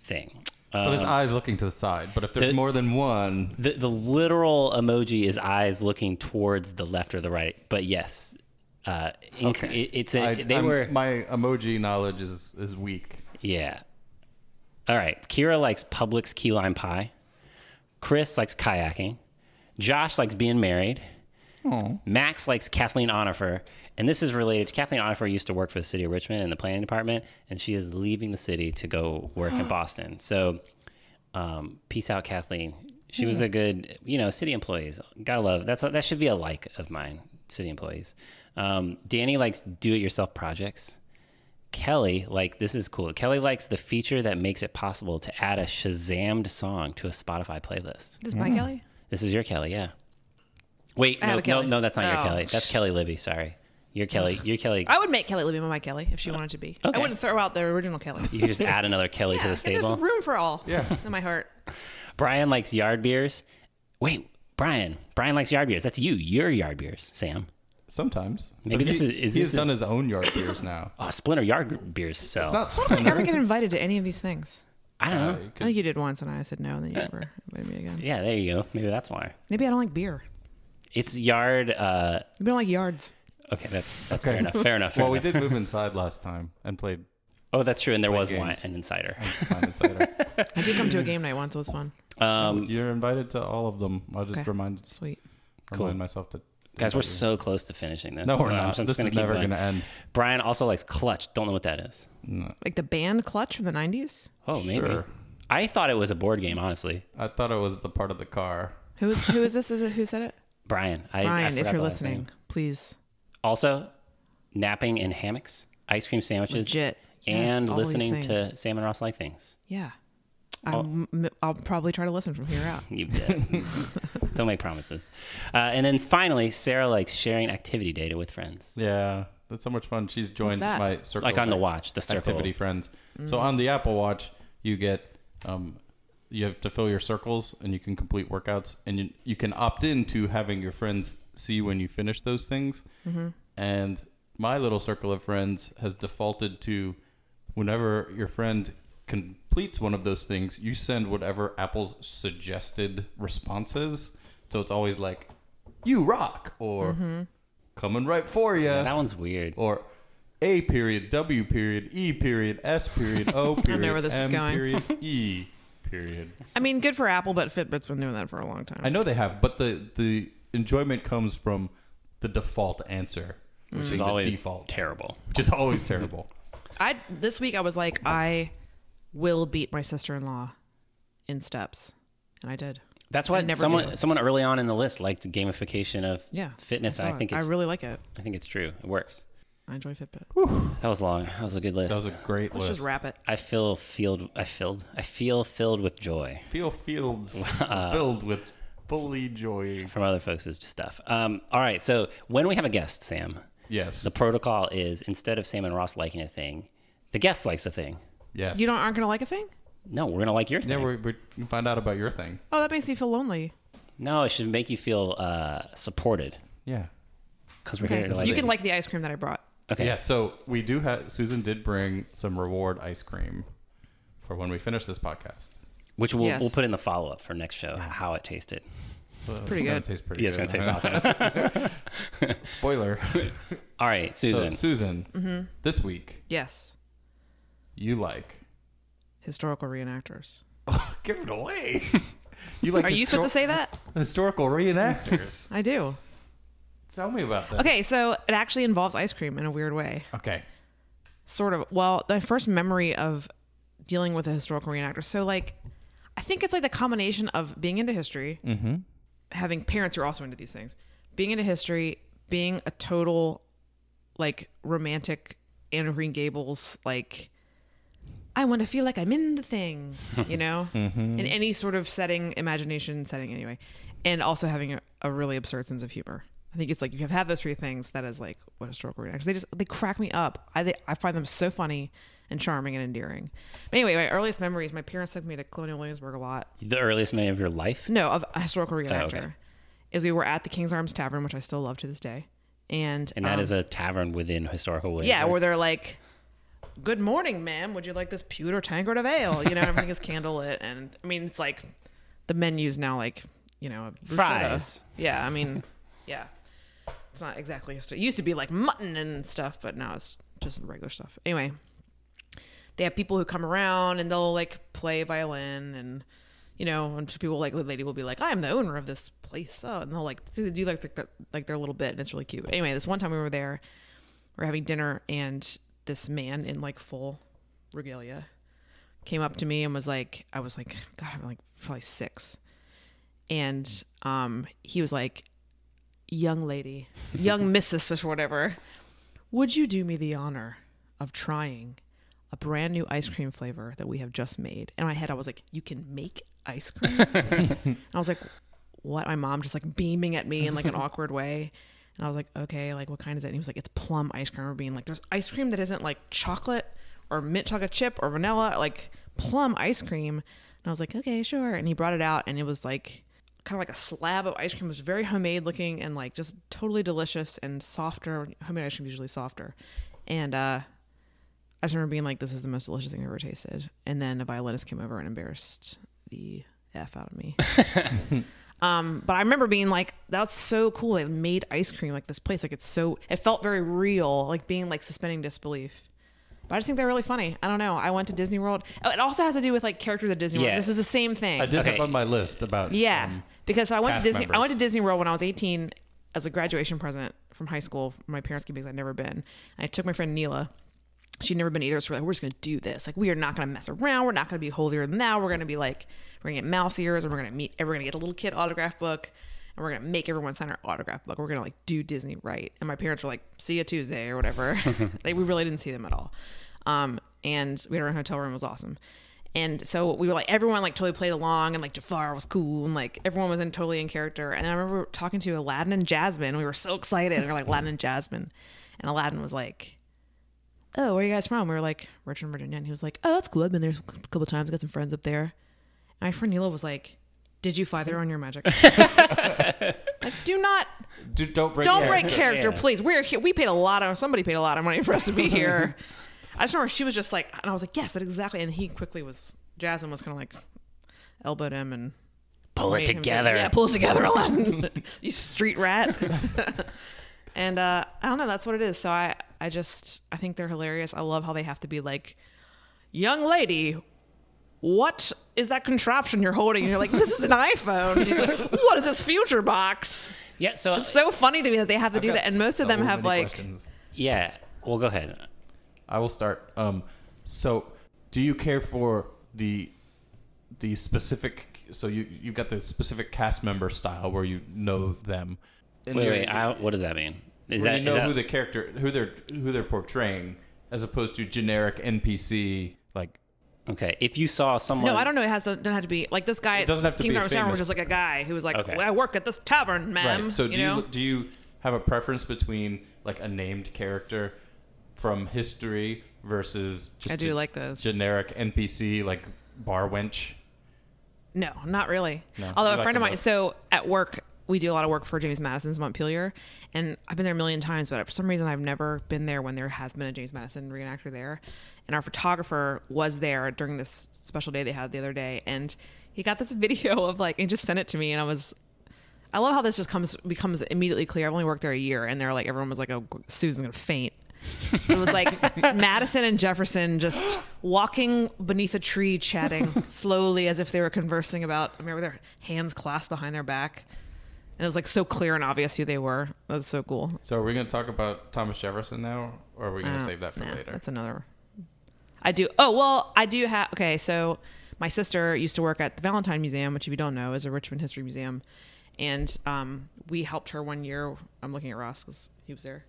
Speaker 2: thing.
Speaker 1: but
Speaker 2: uh,
Speaker 1: his eyes looking to the side. But if there's more than one,
Speaker 2: The, the literal emoji is eyes looking towards the left or the right, but yes, uh, inc- it- it's a,
Speaker 1: I,
Speaker 2: they
Speaker 1: I'm-
Speaker 2: were
Speaker 1: my emoji knowledge is is weak.
Speaker 2: yeah. All right, Kira likes Publix key lime pie. Chris likes kayaking. Josh likes being married. Max likes Kathleen Onifer, and this is related. to Kathleen Onifer used to work for the city of Richmond in the planning department, and she is leaving the city to go work in Boston. So, um, peace out, Kathleen. She was a good, you know, city employees. Gotta love that's a, that should be a like of mine. City employees. Um, Danny likes do-it-yourself projects. Kelly, like this is cool. Kelly likes the feature that makes it possible to add a Shazammed song to a Spotify playlist.
Speaker 3: This is by Kelly.
Speaker 2: This is your Kelly, yeah. Wait,
Speaker 3: have
Speaker 2: no,
Speaker 3: a
Speaker 2: no,
Speaker 3: Kelly.
Speaker 2: no, that's not your
Speaker 3: Oh.
Speaker 2: Kelly. That's Kelly Libby. Sorry, your
Speaker 3: [laughs]
Speaker 2: Kelly. Your Kelly.
Speaker 3: I would make Kelly Libby my Kelly if she wanted to be.
Speaker 2: okay.
Speaker 3: I wouldn't throw out the original Kelly.
Speaker 2: You could just add another Kelly
Speaker 3: [laughs]
Speaker 2: to
Speaker 3: Yeah,
Speaker 2: the stable.
Speaker 3: There's room for all.
Speaker 1: Yeah.
Speaker 3: In my heart.
Speaker 2: Brian likes yard beers. Wait, Brian. Brian likes yard beers. That's you. Your yard beers, Sam.
Speaker 1: Sometimes
Speaker 2: Maybe
Speaker 1: But
Speaker 2: this
Speaker 1: he,
Speaker 2: is- is
Speaker 1: he's
Speaker 2: this a-
Speaker 1: done his own yard beers now.
Speaker 2: Oh, Splinter yard beers. So
Speaker 1: It's not
Speaker 3: I
Speaker 1: Splinter.
Speaker 3: never get invited to any of these things.
Speaker 2: I don't know.
Speaker 1: You
Speaker 3: I
Speaker 1: could-
Speaker 3: think you did once, and I said no, and then you never invited me again.
Speaker 2: Yeah, there you go. Maybe that's why.
Speaker 3: Maybe I don't like beer.
Speaker 2: It's yard. Uh,
Speaker 3: Maybe I don't like yards.
Speaker 2: okay, that's that's
Speaker 1: Okay.
Speaker 2: fair enough. Fair enough. Fair
Speaker 1: well, we
Speaker 2: enough.
Speaker 1: did move inside last time and played
Speaker 2: Oh, that's true. And there was
Speaker 1: games.
Speaker 2: one an insider. [laughs]
Speaker 1: Blind Insider.
Speaker 3: I did come to a game night once. It was fun.
Speaker 2: Um,
Speaker 1: You're invited to all of them. I'll just
Speaker 3: Okay.
Speaker 1: remind
Speaker 3: Sweet.
Speaker 2: Cool.
Speaker 1: remind myself to.
Speaker 2: guys, we're
Speaker 1: invite you.
Speaker 2: so close to finishing this. Uh,
Speaker 1: No, we're
Speaker 2: I'm
Speaker 1: not.
Speaker 2: just- I'm
Speaker 1: this
Speaker 2: just gonna
Speaker 1: is
Speaker 2: keep
Speaker 1: never
Speaker 2: going.
Speaker 1: going to end.
Speaker 2: Brian also likes Clutch. Don't know what that is.
Speaker 3: Like the band Clutch from the 90s?
Speaker 2: Oh, maybe.
Speaker 1: Sure.
Speaker 2: I thought it was a board game, honestly.
Speaker 1: I thought it was the part of the car.
Speaker 3: Who is who is this? Is it- Who said it?
Speaker 2: Brian, I, I
Speaker 3: Brian, if
Speaker 2: forgot
Speaker 3: you're
Speaker 2: the last name.
Speaker 3: listening, please.
Speaker 2: Also, napping in hammocks, ice cream sandwiches,
Speaker 3: Legit. Yes,
Speaker 2: and
Speaker 3: all these
Speaker 2: listening to Oh.
Speaker 3: things.
Speaker 2: Sam and Ross like things.
Speaker 3: Yeah. I'm, m- I'll probably try to listen from here out. [laughs]
Speaker 2: You bet. Don't make promises. Uh, and then finally, Sarah likes sharing activity data with friends,
Speaker 1: Yeah, that's so much fun. She's joined
Speaker 3: that?
Speaker 1: my circle.
Speaker 2: like on the
Speaker 1: of
Speaker 2: watch, the circle.
Speaker 1: activity friends. So on the Apple Watch, you get um, you have to fill your circles, and you can complete workouts, and you you can opt in to having your friends see when you finish those things. And my little circle of friends has defaulted to whenever your friend completes one of those things, you send whatever Apple's suggested responses. So it's always like, "You rock," or "Coming right for you."
Speaker 2: That one's weird.
Speaker 1: or A period, W period, E period, S period,
Speaker 3: [laughs]
Speaker 1: O period,
Speaker 3: where this is
Speaker 1: M
Speaker 3: going. [laughs]
Speaker 1: period, E period.
Speaker 3: I mean, good for Apple, but Fitbit's been doing that for a long time.
Speaker 1: I know they have, but the the enjoyment comes from the default answer,
Speaker 2: which
Speaker 1: being
Speaker 2: is
Speaker 1: the
Speaker 2: always
Speaker 1: default,
Speaker 2: terrible.
Speaker 1: which is always terrible.
Speaker 3: I this week I was like, I will beat my sister in law in steps, and I did.
Speaker 2: That's why
Speaker 3: never
Speaker 2: someone
Speaker 3: do.
Speaker 2: someone early on in the list liked the gamification of
Speaker 3: Yeah,
Speaker 2: fitness.
Speaker 3: saw
Speaker 2: and I
Speaker 3: it.
Speaker 2: think it's
Speaker 3: I really like it.
Speaker 2: I think it's true. It works.
Speaker 3: I enjoy Fitbit.
Speaker 2: That was long. That was a good list.
Speaker 1: [laughs] That was a great
Speaker 3: Let's
Speaker 1: list.
Speaker 3: just wrap it.
Speaker 2: I feel filled. I filled. I feel filled with joy
Speaker 1: Feel [laughs] fields filled with fully joy.
Speaker 2: from other folks' stuff. Um, all right. So when we have a guest, Sam,
Speaker 1: Yes.
Speaker 2: the protocol is instead of Sam and Ross liking a thing, the guest likes a thing.
Speaker 1: yes.
Speaker 3: You don't aren't gonna like a thing?
Speaker 2: No, we're gonna like your
Speaker 1: Yeah,
Speaker 2: thing.
Speaker 1: we we can find out about your thing.
Speaker 3: Oh, that makes me feel lonely.
Speaker 2: no, it should make you feel uh, supported
Speaker 1: Yeah.
Speaker 2: because we're
Speaker 3: Okay,
Speaker 2: here to like.
Speaker 3: you can like the ice cream that I brought.
Speaker 2: okay.
Speaker 1: Yeah, so we do have Susan did bring some reward ice cream for when we finish this podcast.
Speaker 2: Which we'll,
Speaker 3: Yes.
Speaker 2: we'll put in the follow up for next show how it tasted.
Speaker 1: So It's
Speaker 3: pretty
Speaker 1: gonna
Speaker 3: good.
Speaker 1: Taste pretty
Speaker 2: Yeah, it's
Speaker 1: good.
Speaker 2: gonna taste awesome.
Speaker 1: [laughs]
Speaker 2: [laughs]
Speaker 1: Spoiler.
Speaker 2: All right,
Speaker 1: So,
Speaker 2: Susan.
Speaker 1: Susan,
Speaker 3: Mm-hmm.
Speaker 1: this week
Speaker 3: Yes,
Speaker 1: you like.
Speaker 3: historical reenactors.
Speaker 1: Give it away. [laughs] You like.
Speaker 3: Are you supposed to say that?
Speaker 1: historical reenactors? [laughs]
Speaker 3: I do.
Speaker 1: Tell me about that.
Speaker 3: Okay, so it actually involves ice cream in a weird way.
Speaker 1: Okay.
Speaker 3: sort of well the first memory of dealing with a historical reenactor so like i think it's like the combination of being into history having parents who are also into these things being into history being a total like romantic anna green gables like i want to feel like i'm in the thing you know
Speaker 2: Mm-hmm.
Speaker 3: in any sort of setting imagination setting anyway and also having a, a really absurd sense of humor i think it's like you have had those three things that is like what historical reenactors they just they crack me up i they, i find them so funny and charming and endearing but anyway my earliest memories my parents took me to colonial williamsburg a lot
Speaker 2: the earliest memory of your life.
Speaker 3: no, of a historical reenactor.
Speaker 2: Oh, okay.
Speaker 3: Is we were at the King's Arms Tavern, which I still love to this day. And,
Speaker 2: And that
Speaker 3: um,
Speaker 2: is a tavern within historical Williamsburg.
Speaker 3: yeah, where they're like, "Good morning, ma'am. Would you like this pewter tankard of ale?" You know, everything is [laughs] candlelit, and I mean, it's like the menu's now like you know a bruschetta.
Speaker 2: Fries.
Speaker 3: Yeah, I mean, [laughs] yeah, it's not exactly. It used to be like mutton and stuff, but now it's just regular stuff. Anyway, they have people who come around and they'll like play violin and. You know, and people like the lady will be like, "I'm the owner of this place," oh, and they'll like so they do like the, like their little bit, and it's really cute. Anyway, this one time we were there, we're having dinner and this man in like full regalia came up to me and was like i was like god i'm like probably six and um he was like young lady young mrs or whatever would you do me the honor of trying a brand new ice cream flavor that we have just made in my head i was like you can make ice cream and I was like, what? My mom just like beaming at me in like an awkward way. And I was like, okay, like what kind is it? And he was like, it's plum ice cream. Or being like, there's ice cream that isn't like chocolate or mint chocolate chip or vanilla, like plum ice cream. And I was like, okay, sure. And he brought it out and it was like kind of like a slab of ice cream. It was very homemade looking and like just totally delicious and softer. Homemade ice cream is usually softer. And uh I just remember being like, this is the most delicious thing I've ever tasted. And then a violinist came over and embarrassed the F out of me.
Speaker 1: [laughs]
Speaker 3: Um, but I remember being like, that's so cool. They made ice cream like this place. Like it's so, it felt very real, like being like suspending disbelief. But But I just think they're really funny. I don't know. I went to Disney World. Oh, it also has to do with like characters at Disney
Speaker 2: Yeah.
Speaker 3: World. This is the same thing.
Speaker 1: I did
Speaker 2: Okay.
Speaker 1: have on my list about
Speaker 3: Yeah,
Speaker 1: um,
Speaker 3: because I went to
Speaker 1: cast
Speaker 3: Disney. I
Speaker 1: members.
Speaker 3: went to Disney World when I was 18 as a graduation present from high school. My parents gave me because I'd never been. And I took my friend Neela. She'd never been either, so we're like, we're just gonna do this. Like, we are not gonna mess around. We're not gonna be holier than thou. We're gonna be like, we're gonna get mouse ears, and we're gonna meet. And we're gonna get a little kid autograph book, and we're gonna make everyone sign our autograph book. We're gonna like do Disney right. And my parents were like, see you Tuesday or whatever. like, we really didn't see them at all. Um, and we had our own hotel room. It was awesome. And so we were like, everyone like totally played along, and like Jafar was cool, and like everyone was in totally in character. And I remember talking to Aladdin and Jasmine. We were so excited. And we are like, Aladdin and Jasmine. And Aladdin was like, Oh, where are you guys from? We were like, Richmond, Virginia. And he was like, Oh, that's cool. I've been there a couple times. Got some friends up there. And my friend Neela was like, Did you fly there on your magic? like, do not
Speaker 1: do, don't break
Speaker 3: don't
Speaker 1: the
Speaker 3: break
Speaker 1: character.
Speaker 3: character,
Speaker 2: Yeah.
Speaker 3: please. We're here. We paid a lot of somebody paid a lot of money for us to be here. I just remember she was just like, and I was like, yes, that exactly. And he quickly was. Jasmine was kind of like elbowed him and
Speaker 2: Pull it
Speaker 3: made him do-
Speaker 2: together.
Speaker 3: yeah, pull it together,
Speaker 2: [laughs]
Speaker 3: Aladdin. [laughs] you street rat. [laughs] and uh, I don't know. That's what it is. So I, I just, I think they're hilarious. I love how they have to be like, young lady. What is that contraption you're holding? And you're like, this is an iPhone. And he's
Speaker 2: [laughs]
Speaker 3: like, what is this future box?
Speaker 2: yeah. So
Speaker 3: so funny to me that they have to do
Speaker 1: I've
Speaker 3: that,
Speaker 1: got
Speaker 3: and most of them
Speaker 1: so
Speaker 3: have
Speaker 1: many
Speaker 3: like
Speaker 1: questions.
Speaker 2: yeah. Well, go ahead.
Speaker 1: I will start. Um, so, do you care for the the specific? So you you've got the specific cast member style where you know them. And
Speaker 2: Wait,
Speaker 1: you're-
Speaker 2: wait. I, what does that mean? Is
Speaker 1: where
Speaker 2: that
Speaker 1: you know
Speaker 2: is that-
Speaker 1: who the character who they're who they're portraying as opposed to generic NPC like
Speaker 2: okay? If you saw someone,
Speaker 3: no, I don't know. It has to, doesn't have to be like this guy. It
Speaker 1: doesn't have to
Speaker 3: King's
Speaker 1: be
Speaker 3: Arms Tavern
Speaker 1: famous.
Speaker 3: was just like a guy who was like,
Speaker 2: Okay.
Speaker 3: "Well, I work at this tavern, ma'am.
Speaker 1: So do
Speaker 3: you
Speaker 1: you,
Speaker 3: know,
Speaker 1: do you have a preference between like a named character from history versus just
Speaker 3: I do
Speaker 1: a
Speaker 3: like those.
Speaker 1: generic NPC like bar wench?
Speaker 3: No, not really.
Speaker 1: No.
Speaker 3: Although
Speaker 1: You
Speaker 3: a
Speaker 1: like
Speaker 3: friend of
Speaker 1: them
Speaker 3: mine,
Speaker 1: both.
Speaker 3: so at work, we do a lot of work for James Madison's Montpelier, and I've been there a million times, but for some reason, I've never been there when there has been a James Madison reenactor there. And our photographer was there during this special day they had the other day, and he got this [laughs] video of like, and just sent it to me, and I was. I love how this just comes becomes immediately clear. I've only worked there a year, and they're like everyone was like, "Oh, Susan's gonna faint." It was like Madison and Jefferson just walking beneath a tree, chatting slowly as if they were conversing about. I remember their hands clasped behind their back, and it was like so clear and obvious who they were. That was so cool.
Speaker 1: So are we going to talk about Thomas Jefferson now or are we going
Speaker 3: I
Speaker 1: to
Speaker 3: don't-
Speaker 1: save that for
Speaker 3: Uh, nah,
Speaker 1: later?
Speaker 3: Oh, That's another. I do. Oh well, I do have. Okay, so my sister used to work at the Valentine Museum, which if you don't know is a Richmond history museum, and um, we helped her one year. I'm looking at Ross because he was there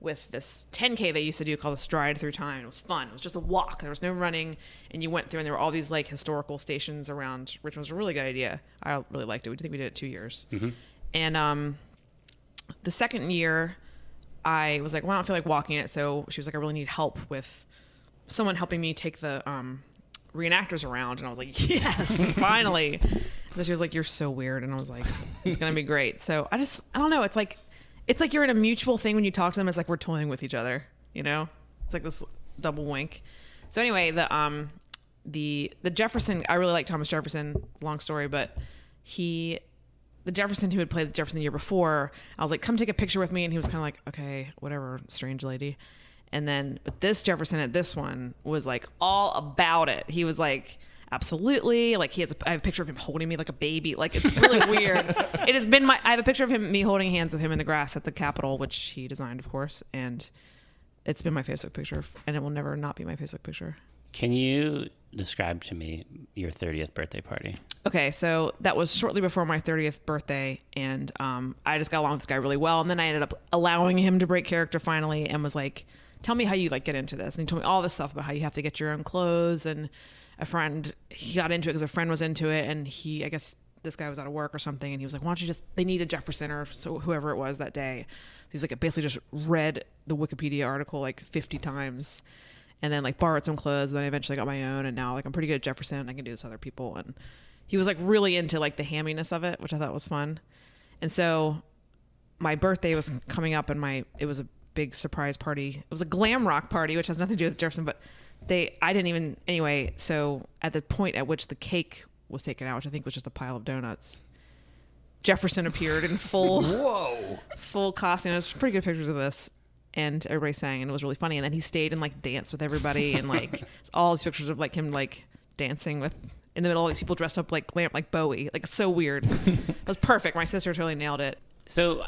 Speaker 3: with this 10k they used to do called the stride through time it was fun it was just a walk there was no running and you went through and there were all these like historical stations around richmond It was a really good idea i really liked it we think we did it two years
Speaker 1: Mm-hmm.
Speaker 3: and um the second year i was like well i don't feel like walking it so she was like i really need help with someone helping me take the um reenactors around and i was like [laughs] yes finally and then she was like you're so weird and i was like it's gonna be great so i just i don't know it's like it's like you're in a mutual thing when you talk to them it's like we're toying with each other you know it's like this double wink so anyway the um the the jefferson i really like thomas jefferson long story but he the Jefferson who had played the Jefferson the year before, I was like, come take a picture with me. And he was kind of like, okay, whatever, strange lady. And then, but this Jefferson at this one was like all about it. He was like, absolutely. Like he has, a, I have a picture of him holding me like a baby. Like it's really weird. It has been my, I have a picture of him, me holding hands with him in the grass at the Capitol, which he designed, of course. And it's been my Facebook picture and it will never not be my Facebook picture.
Speaker 2: Can you describe to me your thirtieth birthday party?
Speaker 3: Okay, so that was shortly before my 30th birthday, and um, I just got along with this guy really well. And then I ended up allowing him to break character finally, and was like, "Tell me how you like get into this." And he told me all this stuff about how you have to get your own clothes, and a friend he got into it because a friend was into it, and he, I guess this guy was out of work or something, and he was like, "Why don't you just?" They needed Jefferson or so whoever it was that day. So he's like, basically just read the Wikipedia article like 50 times and then like borrowed some clothes. And then I eventually got my own, and now like I'm pretty good at Jefferson. I can do this with other people. And he was like really into like the hamminess of it, which I thought was fun. And so my birthday was coming up, and my it was a big surprise party. It was a glam rock party, which has nothing to do with Jefferson, but they I didn't even anyway. So at the point at which the cake was taken out, which I think was just a pile of donuts. Jefferson appeared in full
Speaker 1: Whoa.
Speaker 3: full costume. There's pretty good pictures of this. and everybody sang and it was really funny and then he stayed and like danced with everybody and like all these pictures of like him like dancing with in the middle of these people dressed up like glam like Bowie like so weird it was perfect my sister totally nailed it
Speaker 2: So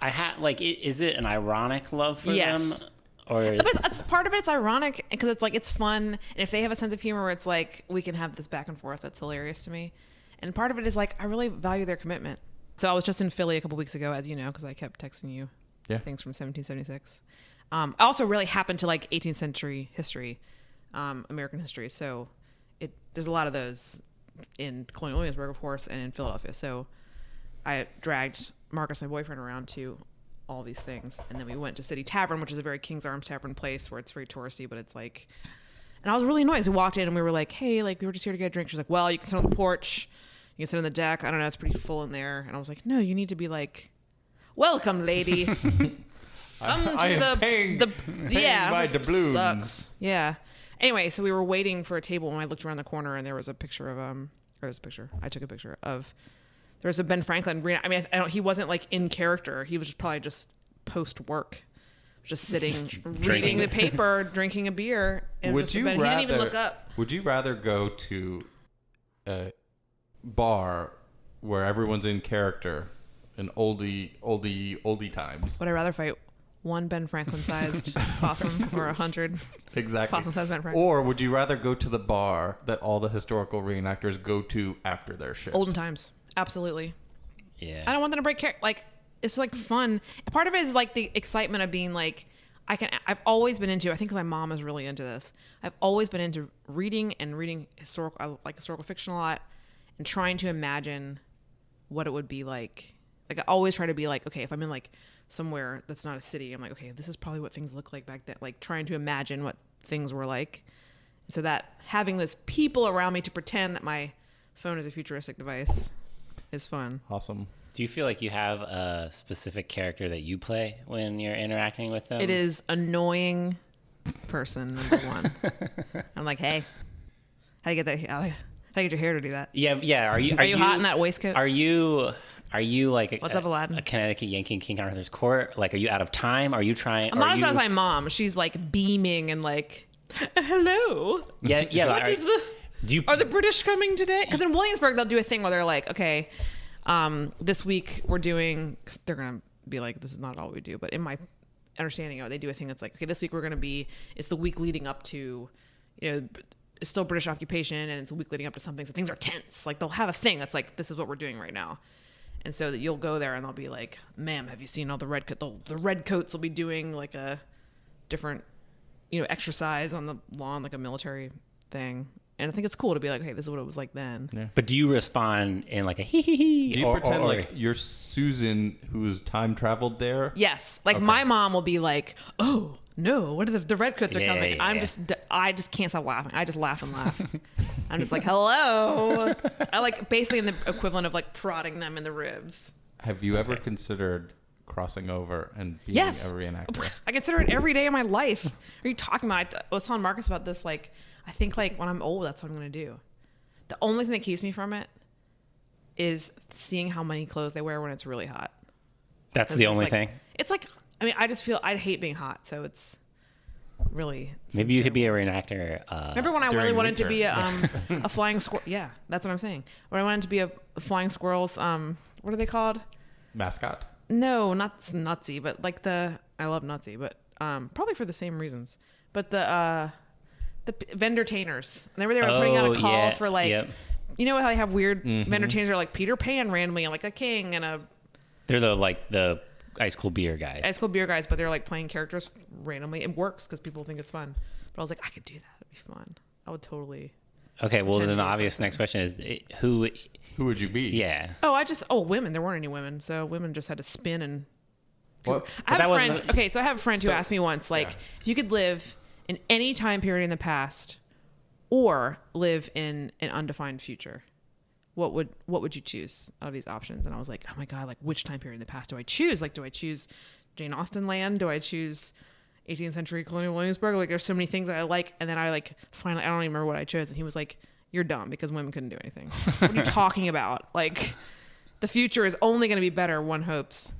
Speaker 2: I had like, i- is it an ironic love for
Speaker 3: Yes.
Speaker 2: them? Or
Speaker 3: But it's, it's part of it's ironic because it's like it's fun, and if they have a sense of humor, where it's like we can have this back and forth. That's hilarious to me. And part of it is like I really value their commitment. So I was just in Philly a couple weeks ago, as you know, because I kept texting you
Speaker 1: Yeah.
Speaker 3: things from 1776. Um, I also really happened to like 18th century history, um, American history. So it there's a lot of those in Colonial Williamsburg, of course, and in Philadelphia. So I dragged Marcus, my boyfriend, around to all these things, and then we went to City Tavern, which is a very King's Arms Tavern place where it's very touristy, but it's like. And I was really annoyed. 'cause We walked in and we were like, "Hey, like we were just here to get a drink." She's like, "Well, you can sit on the porch, you can sit on the deck. I don't know, it's pretty full in there." And I was like, "No, you need to be like, welcome,
Speaker 1: [laughs]
Speaker 3: lady." Come to
Speaker 1: I am
Speaker 3: the,
Speaker 1: paying-
Speaker 3: the yeah
Speaker 1: by
Speaker 3: I was like,
Speaker 1: doubloons.
Speaker 3: sucks. Yeah. Anyway, so we were waiting for a table and I looked around the corner and there was a picture of um or there was a picture. I took a picture of there was a Ben Franklin. re- I mean, I don't, he wasn't like in character. He was just probably just post work, just sitting, reading
Speaker 2: drinking.
Speaker 1: [laughs]
Speaker 3: the paper, drinking a beer. And it was
Speaker 1: would
Speaker 3: just
Speaker 1: you
Speaker 3: Ben.
Speaker 1: rather?
Speaker 3: He didn't even look up.
Speaker 1: Would you rather go to a bar where everyone's in character, in oldie, oldie, oldie times?
Speaker 3: Would I rather fight one Ben
Speaker 1: [laughs]
Speaker 3: Franklin sized possum or a hundred?
Speaker 1: Exactly.
Speaker 3: Possum-sized Ben Franklin.
Speaker 1: Or would you rather go to the bar that all the historical reenactors go to after their shift?
Speaker 3: Olden times, absolutely.
Speaker 2: yeah.
Speaker 3: I don't want them to break character. Like it's like fun. Part of it is like the excitement of being like I can. I've always been into. I think my mom is really into this. I've always been into reading and reading historical, I like historical fiction a lot, and trying to imagine what it would be like. Like I always try to be like, okay, if I'm in like somewhere that's not a city, I'm like, okay, this is probably what things look like back then. Like trying to imagine what things were like. So that having those people around me to pretend that my phone is a futuristic device is fun.
Speaker 1: Awesome.
Speaker 2: Do you feel like you have a specific character that you play when you're interacting with them?
Speaker 3: It is annoying person number one. I'm like, hey, how do you get that? How do you how do you get your hair to do that?
Speaker 2: Yeah, yeah. Are you are,
Speaker 3: Are you hot in that waistcoat?
Speaker 2: Are you are you like a,
Speaker 3: What's up, Aladdin?
Speaker 2: A Connecticut Yankee in King Arthur's court? Like, are you out of time? Are you trying?
Speaker 3: I'm
Speaker 2: are
Speaker 3: not as
Speaker 2: you,
Speaker 3: bad as my mom. She's like beaming and like, [laughs] hello.
Speaker 2: Yeah, yeah. but
Speaker 3: [laughs] What
Speaker 2: are,
Speaker 3: is the?
Speaker 2: do you
Speaker 3: Are the British coming today? Because in Williamsburg they'll do a thing where they're like, okay, um, this week we're doing. Cause they're gonna be like, this is not all we do. But in my understanding of it, they do a thing that's like, okay, this week we're gonna be. It's the week leading up to, you know, b- it's still British occupation, and it's a week leading up to something. So things are tense. Like they'll have a thing that's like, this is what we're doing right now. And so that you'll go there and they'll be like, "Ma'am, have you seen all the red coat? The, the red coats will be doing like a different you know, exercise on the lawn, like a military thing. And I think it's cool to be like, hey, this is what it was like then.
Speaker 2: but do you respond in like a hee hee hee?
Speaker 1: Do you
Speaker 2: or-
Speaker 1: pretend
Speaker 2: or-
Speaker 1: like you're Susan who's time traveled there?
Speaker 3: Yes. Like my mom will be like, oh, no, what are the, the redcoats are
Speaker 2: Yeah,
Speaker 3: coming?
Speaker 2: yeah,
Speaker 3: I'm
Speaker 2: yeah.
Speaker 3: just, I just can't stop laughing. I just laugh and laugh. [laughs] I'm just like, hello. I like basically in the equivalent of like prodding them in the ribs.
Speaker 1: Have you ever considered crossing over and being
Speaker 3: Yes.
Speaker 1: a reenactor?
Speaker 3: I consider it every day of my life. Are you talking about? I was telling Marcus about this. Like, I think like when I'm old, that's what I'm gonna do. The only thing that keeps me from it is seeing how many clothes they wear when it's really hot.
Speaker 2: that's the
Speaker 3: It's
Speaker 2: only
Speaker 3: like-
Speaker 2: thing.
Speaker 3: It's like I mean, I just feel I hate being hot, so it's really.
Speaker 2: Maybe you could be a reenactor. Uh,
Speaker 3: Remember when I
Speaker 1: During
Speaker 3: really wanted to be
Speaker 1: winter.
Speaker 3: a, um, a flying squirrel? [laughs] Yeah, that's what I'm saying. When I wanted to be a a flying squirrels, um, what are they called?
Speaker 1: Mascot?
Speaker 3: No, not s- Nazi, but like the I love Nazi, but um, probably for the same reasons. But the uh, the p- vendor tainers, they were they were putting out
Speaker 2: Oh,
Speaker 3: a call
Speaker 2: yeah,
Speaker 3: for like,
Speaker 2: yep. Mm-hmm.
Speaker 3: you know how they have weird vendor tainers that are like Peter Pan randomly and like a king and a
Speaker 2: they're the like the ice cool beer guys.
Speaker 3: ice cold beer guys, but they're like playing characters randomly. It works because people think it's fun. But I was like, I could do that. It'd be fun. I would totally.
Speaker 2: okay, well then
Speaker 3: pretend
Speaker 2: the
Speaker 3: to be
Speaker 2: obvious next question is eh, who?
Speaker 1: Who would you be?
Speaker 2: Yeah.
Speaker 3: Oh, I just oh women. There weren't any women, so women just had to spin and
Speaker 1: What-
Speaker 3: I
Speaker 2: But
Speaker 3: have a
Speaker 2: that wasn't
Speaker 3: friend. okay, so I have a friend who
Speaker 1: So-
Speaker 3: asked me once, like,
Speaker 1: yeah.
Speaker 3: if you could live in any time period in the past, or live in an undefined future, what would what would you choose out of these options? And I was like, oh my god, like which time period in the past do I choose? Like, do I choose Jane Austen land? Do I choose 18th century colonial Williamsburg? Like, there's so many things that I like, and then I like finally I don't even remember what I chose, and he was like, you're dumb because women couldn't do anything. what are
Speaker 2: [laughs]
Speaker 3: you talking about? Like, the future is only going to be better. One hopes.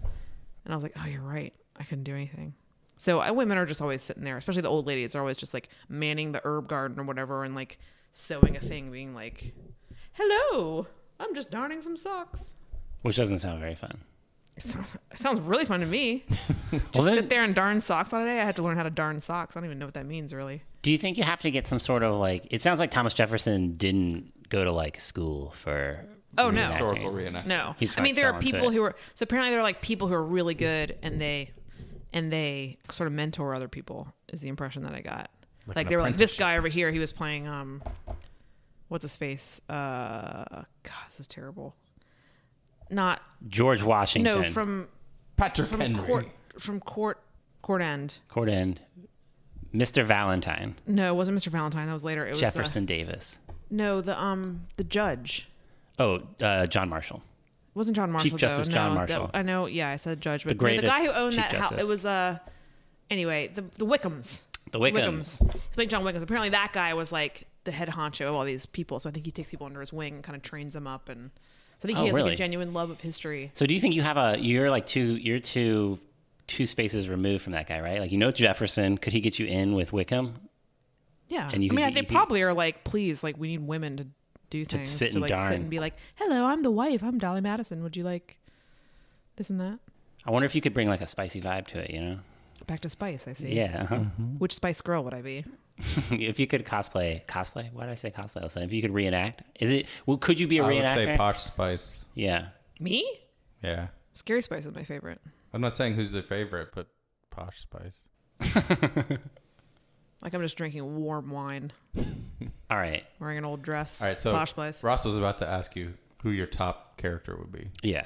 Speaker 3: And I was like, oh, you're right. I couldn't do anything. So uh, women are just always sitting there, especially the old ladies are always just like manning the herb garden or whatever and like sewing a thing, being like, hello, I'm just darning some socks.
Speaker 2: which doesn't sound very fun.
Speaker 3: It sounds, it sounds really fun to me. just
Speaker 2: Well, then-
Speaker 3: sit there and darn socks all day. I had to learn how to darn socks. I don't even know what that means really.
Speaker 2: Do you think you have to get some sort of like? It sounds like Thomas Jefferson didn't go to like school for.
Speaker 3: Oh, no.
Speaker 2: reenacting.
Speaker 1: Historical reenactment.
Speaker 3: No,
Speaker 2: He's
Speaker 3: I
Speaker 2: like
Speaker 3: mean there
Speaker 2: fell
Speaker 3: are
Speaker 2: into
Speaker 3: people
Speaker 2: it.
Speaker 3: who are so apparently there are like people who are really good and they and they sort of mentor other people is the impression that I got. Like,
Speaker 1: an
Speaker 3: they were like this guy over here, he was playing um, what's his face? Uh, God, this is terrible. Not
Speaker 2: George Washington.
Speaker 3: no from
Speaker 1: Patrick
Speaker 3: from
Speaker 1: Henry.
Speaker 3: court from court court end.
Speaker 2: court end. Mr. Valentine,
Speaker 3: No, it wasn't Mr. Valentine. That was later. It was uh,
Speaker 2: Jefferson Davis.
Speaker 3: no, the um the judge.
Speaker 2: Oh, uh, John Marshall.
Speaker 3: It wasn't John Marshall.
Speaker 2: Justice
Speaker 3: though.
Speaker 2: John
Speaker 3: no,
Speaker 2: Marshall.
Speaker 3: That, I know. Yeah, I said judge, but
Speaker 2: The
Speaker 3: no, the, guy who
Speaker 2: greatest
Speaker 3: owned
Speaker 2: Chief
Speaker 3: that house.
Speaker 2: Justice.
Speaker 3: It was uh, anyway, the the Wickhams.
Speaker 2: The Wickhams.
Speaker 3: He's playing John Wickhams. Apparently, that guy was like the head honcho of all these people. So I think he takes people under his wing, and kind of trains them up, and so I think
Speaker 2: Oh,
Speaker 3: he has like
Speaker 2: really?
Speaker 3: a genuine love of history.
Speaker 2: So do you think you have a? You're like two. You're two. Two spaces removed from that guy, right? Like you know Jefferson. Could he get you in with Wickham?
Speaker 3: Yeah,
Speaker 2: And you
Speaker 3: I mean,
Speaker 2: could-
Speaker 3: they
Speaker 2: you could-
Speaker 3: probably are like, please, like we need women to do things
Speaker 2: sit
Speaker 3: to
Speaker 2: and
Speaker 3: like
Speaker 2: darn.
Speaker 3: sit and be like, hello, I'm the wife, I'm Dolly Madison. Would you like this and that?
Speaker 2: I wonder if you could bring like a spicy vibe to it. You know?
Speaker 3: Back to Spice, I see.
Speaker 2: Yeah. uh-huh.
Speaker 1: Mm-hmm.
Speaker 3: Which Spice Girl would I be?
Speaker 2: [laughs] if you could cosplay, cosplay. Why did I say cosplay? Listen, if you could reenact, is it? Well, could you be a
Speaker 1: I would
Speaker 2: reenactor?
Speaker 1: say Posh Spice.
Speaker 2: yeah.
Speaker 3: Me?
Speaker 1: Yeah.
Speaker 3: Scary Spice is my favorite.
Speaker 1: I'm not saying who's their favorite, but Posh Spice.
Speaker 3: Like I'm just drinking warm wine,
Speaker 2: All right.
Speaker 3: wearing an old dress.
Speaker 1: All right, so
Speaker 3: posh place.
Speaker 1: Ross was about to ask you who your top character would be.
Speaker 2: Yeah.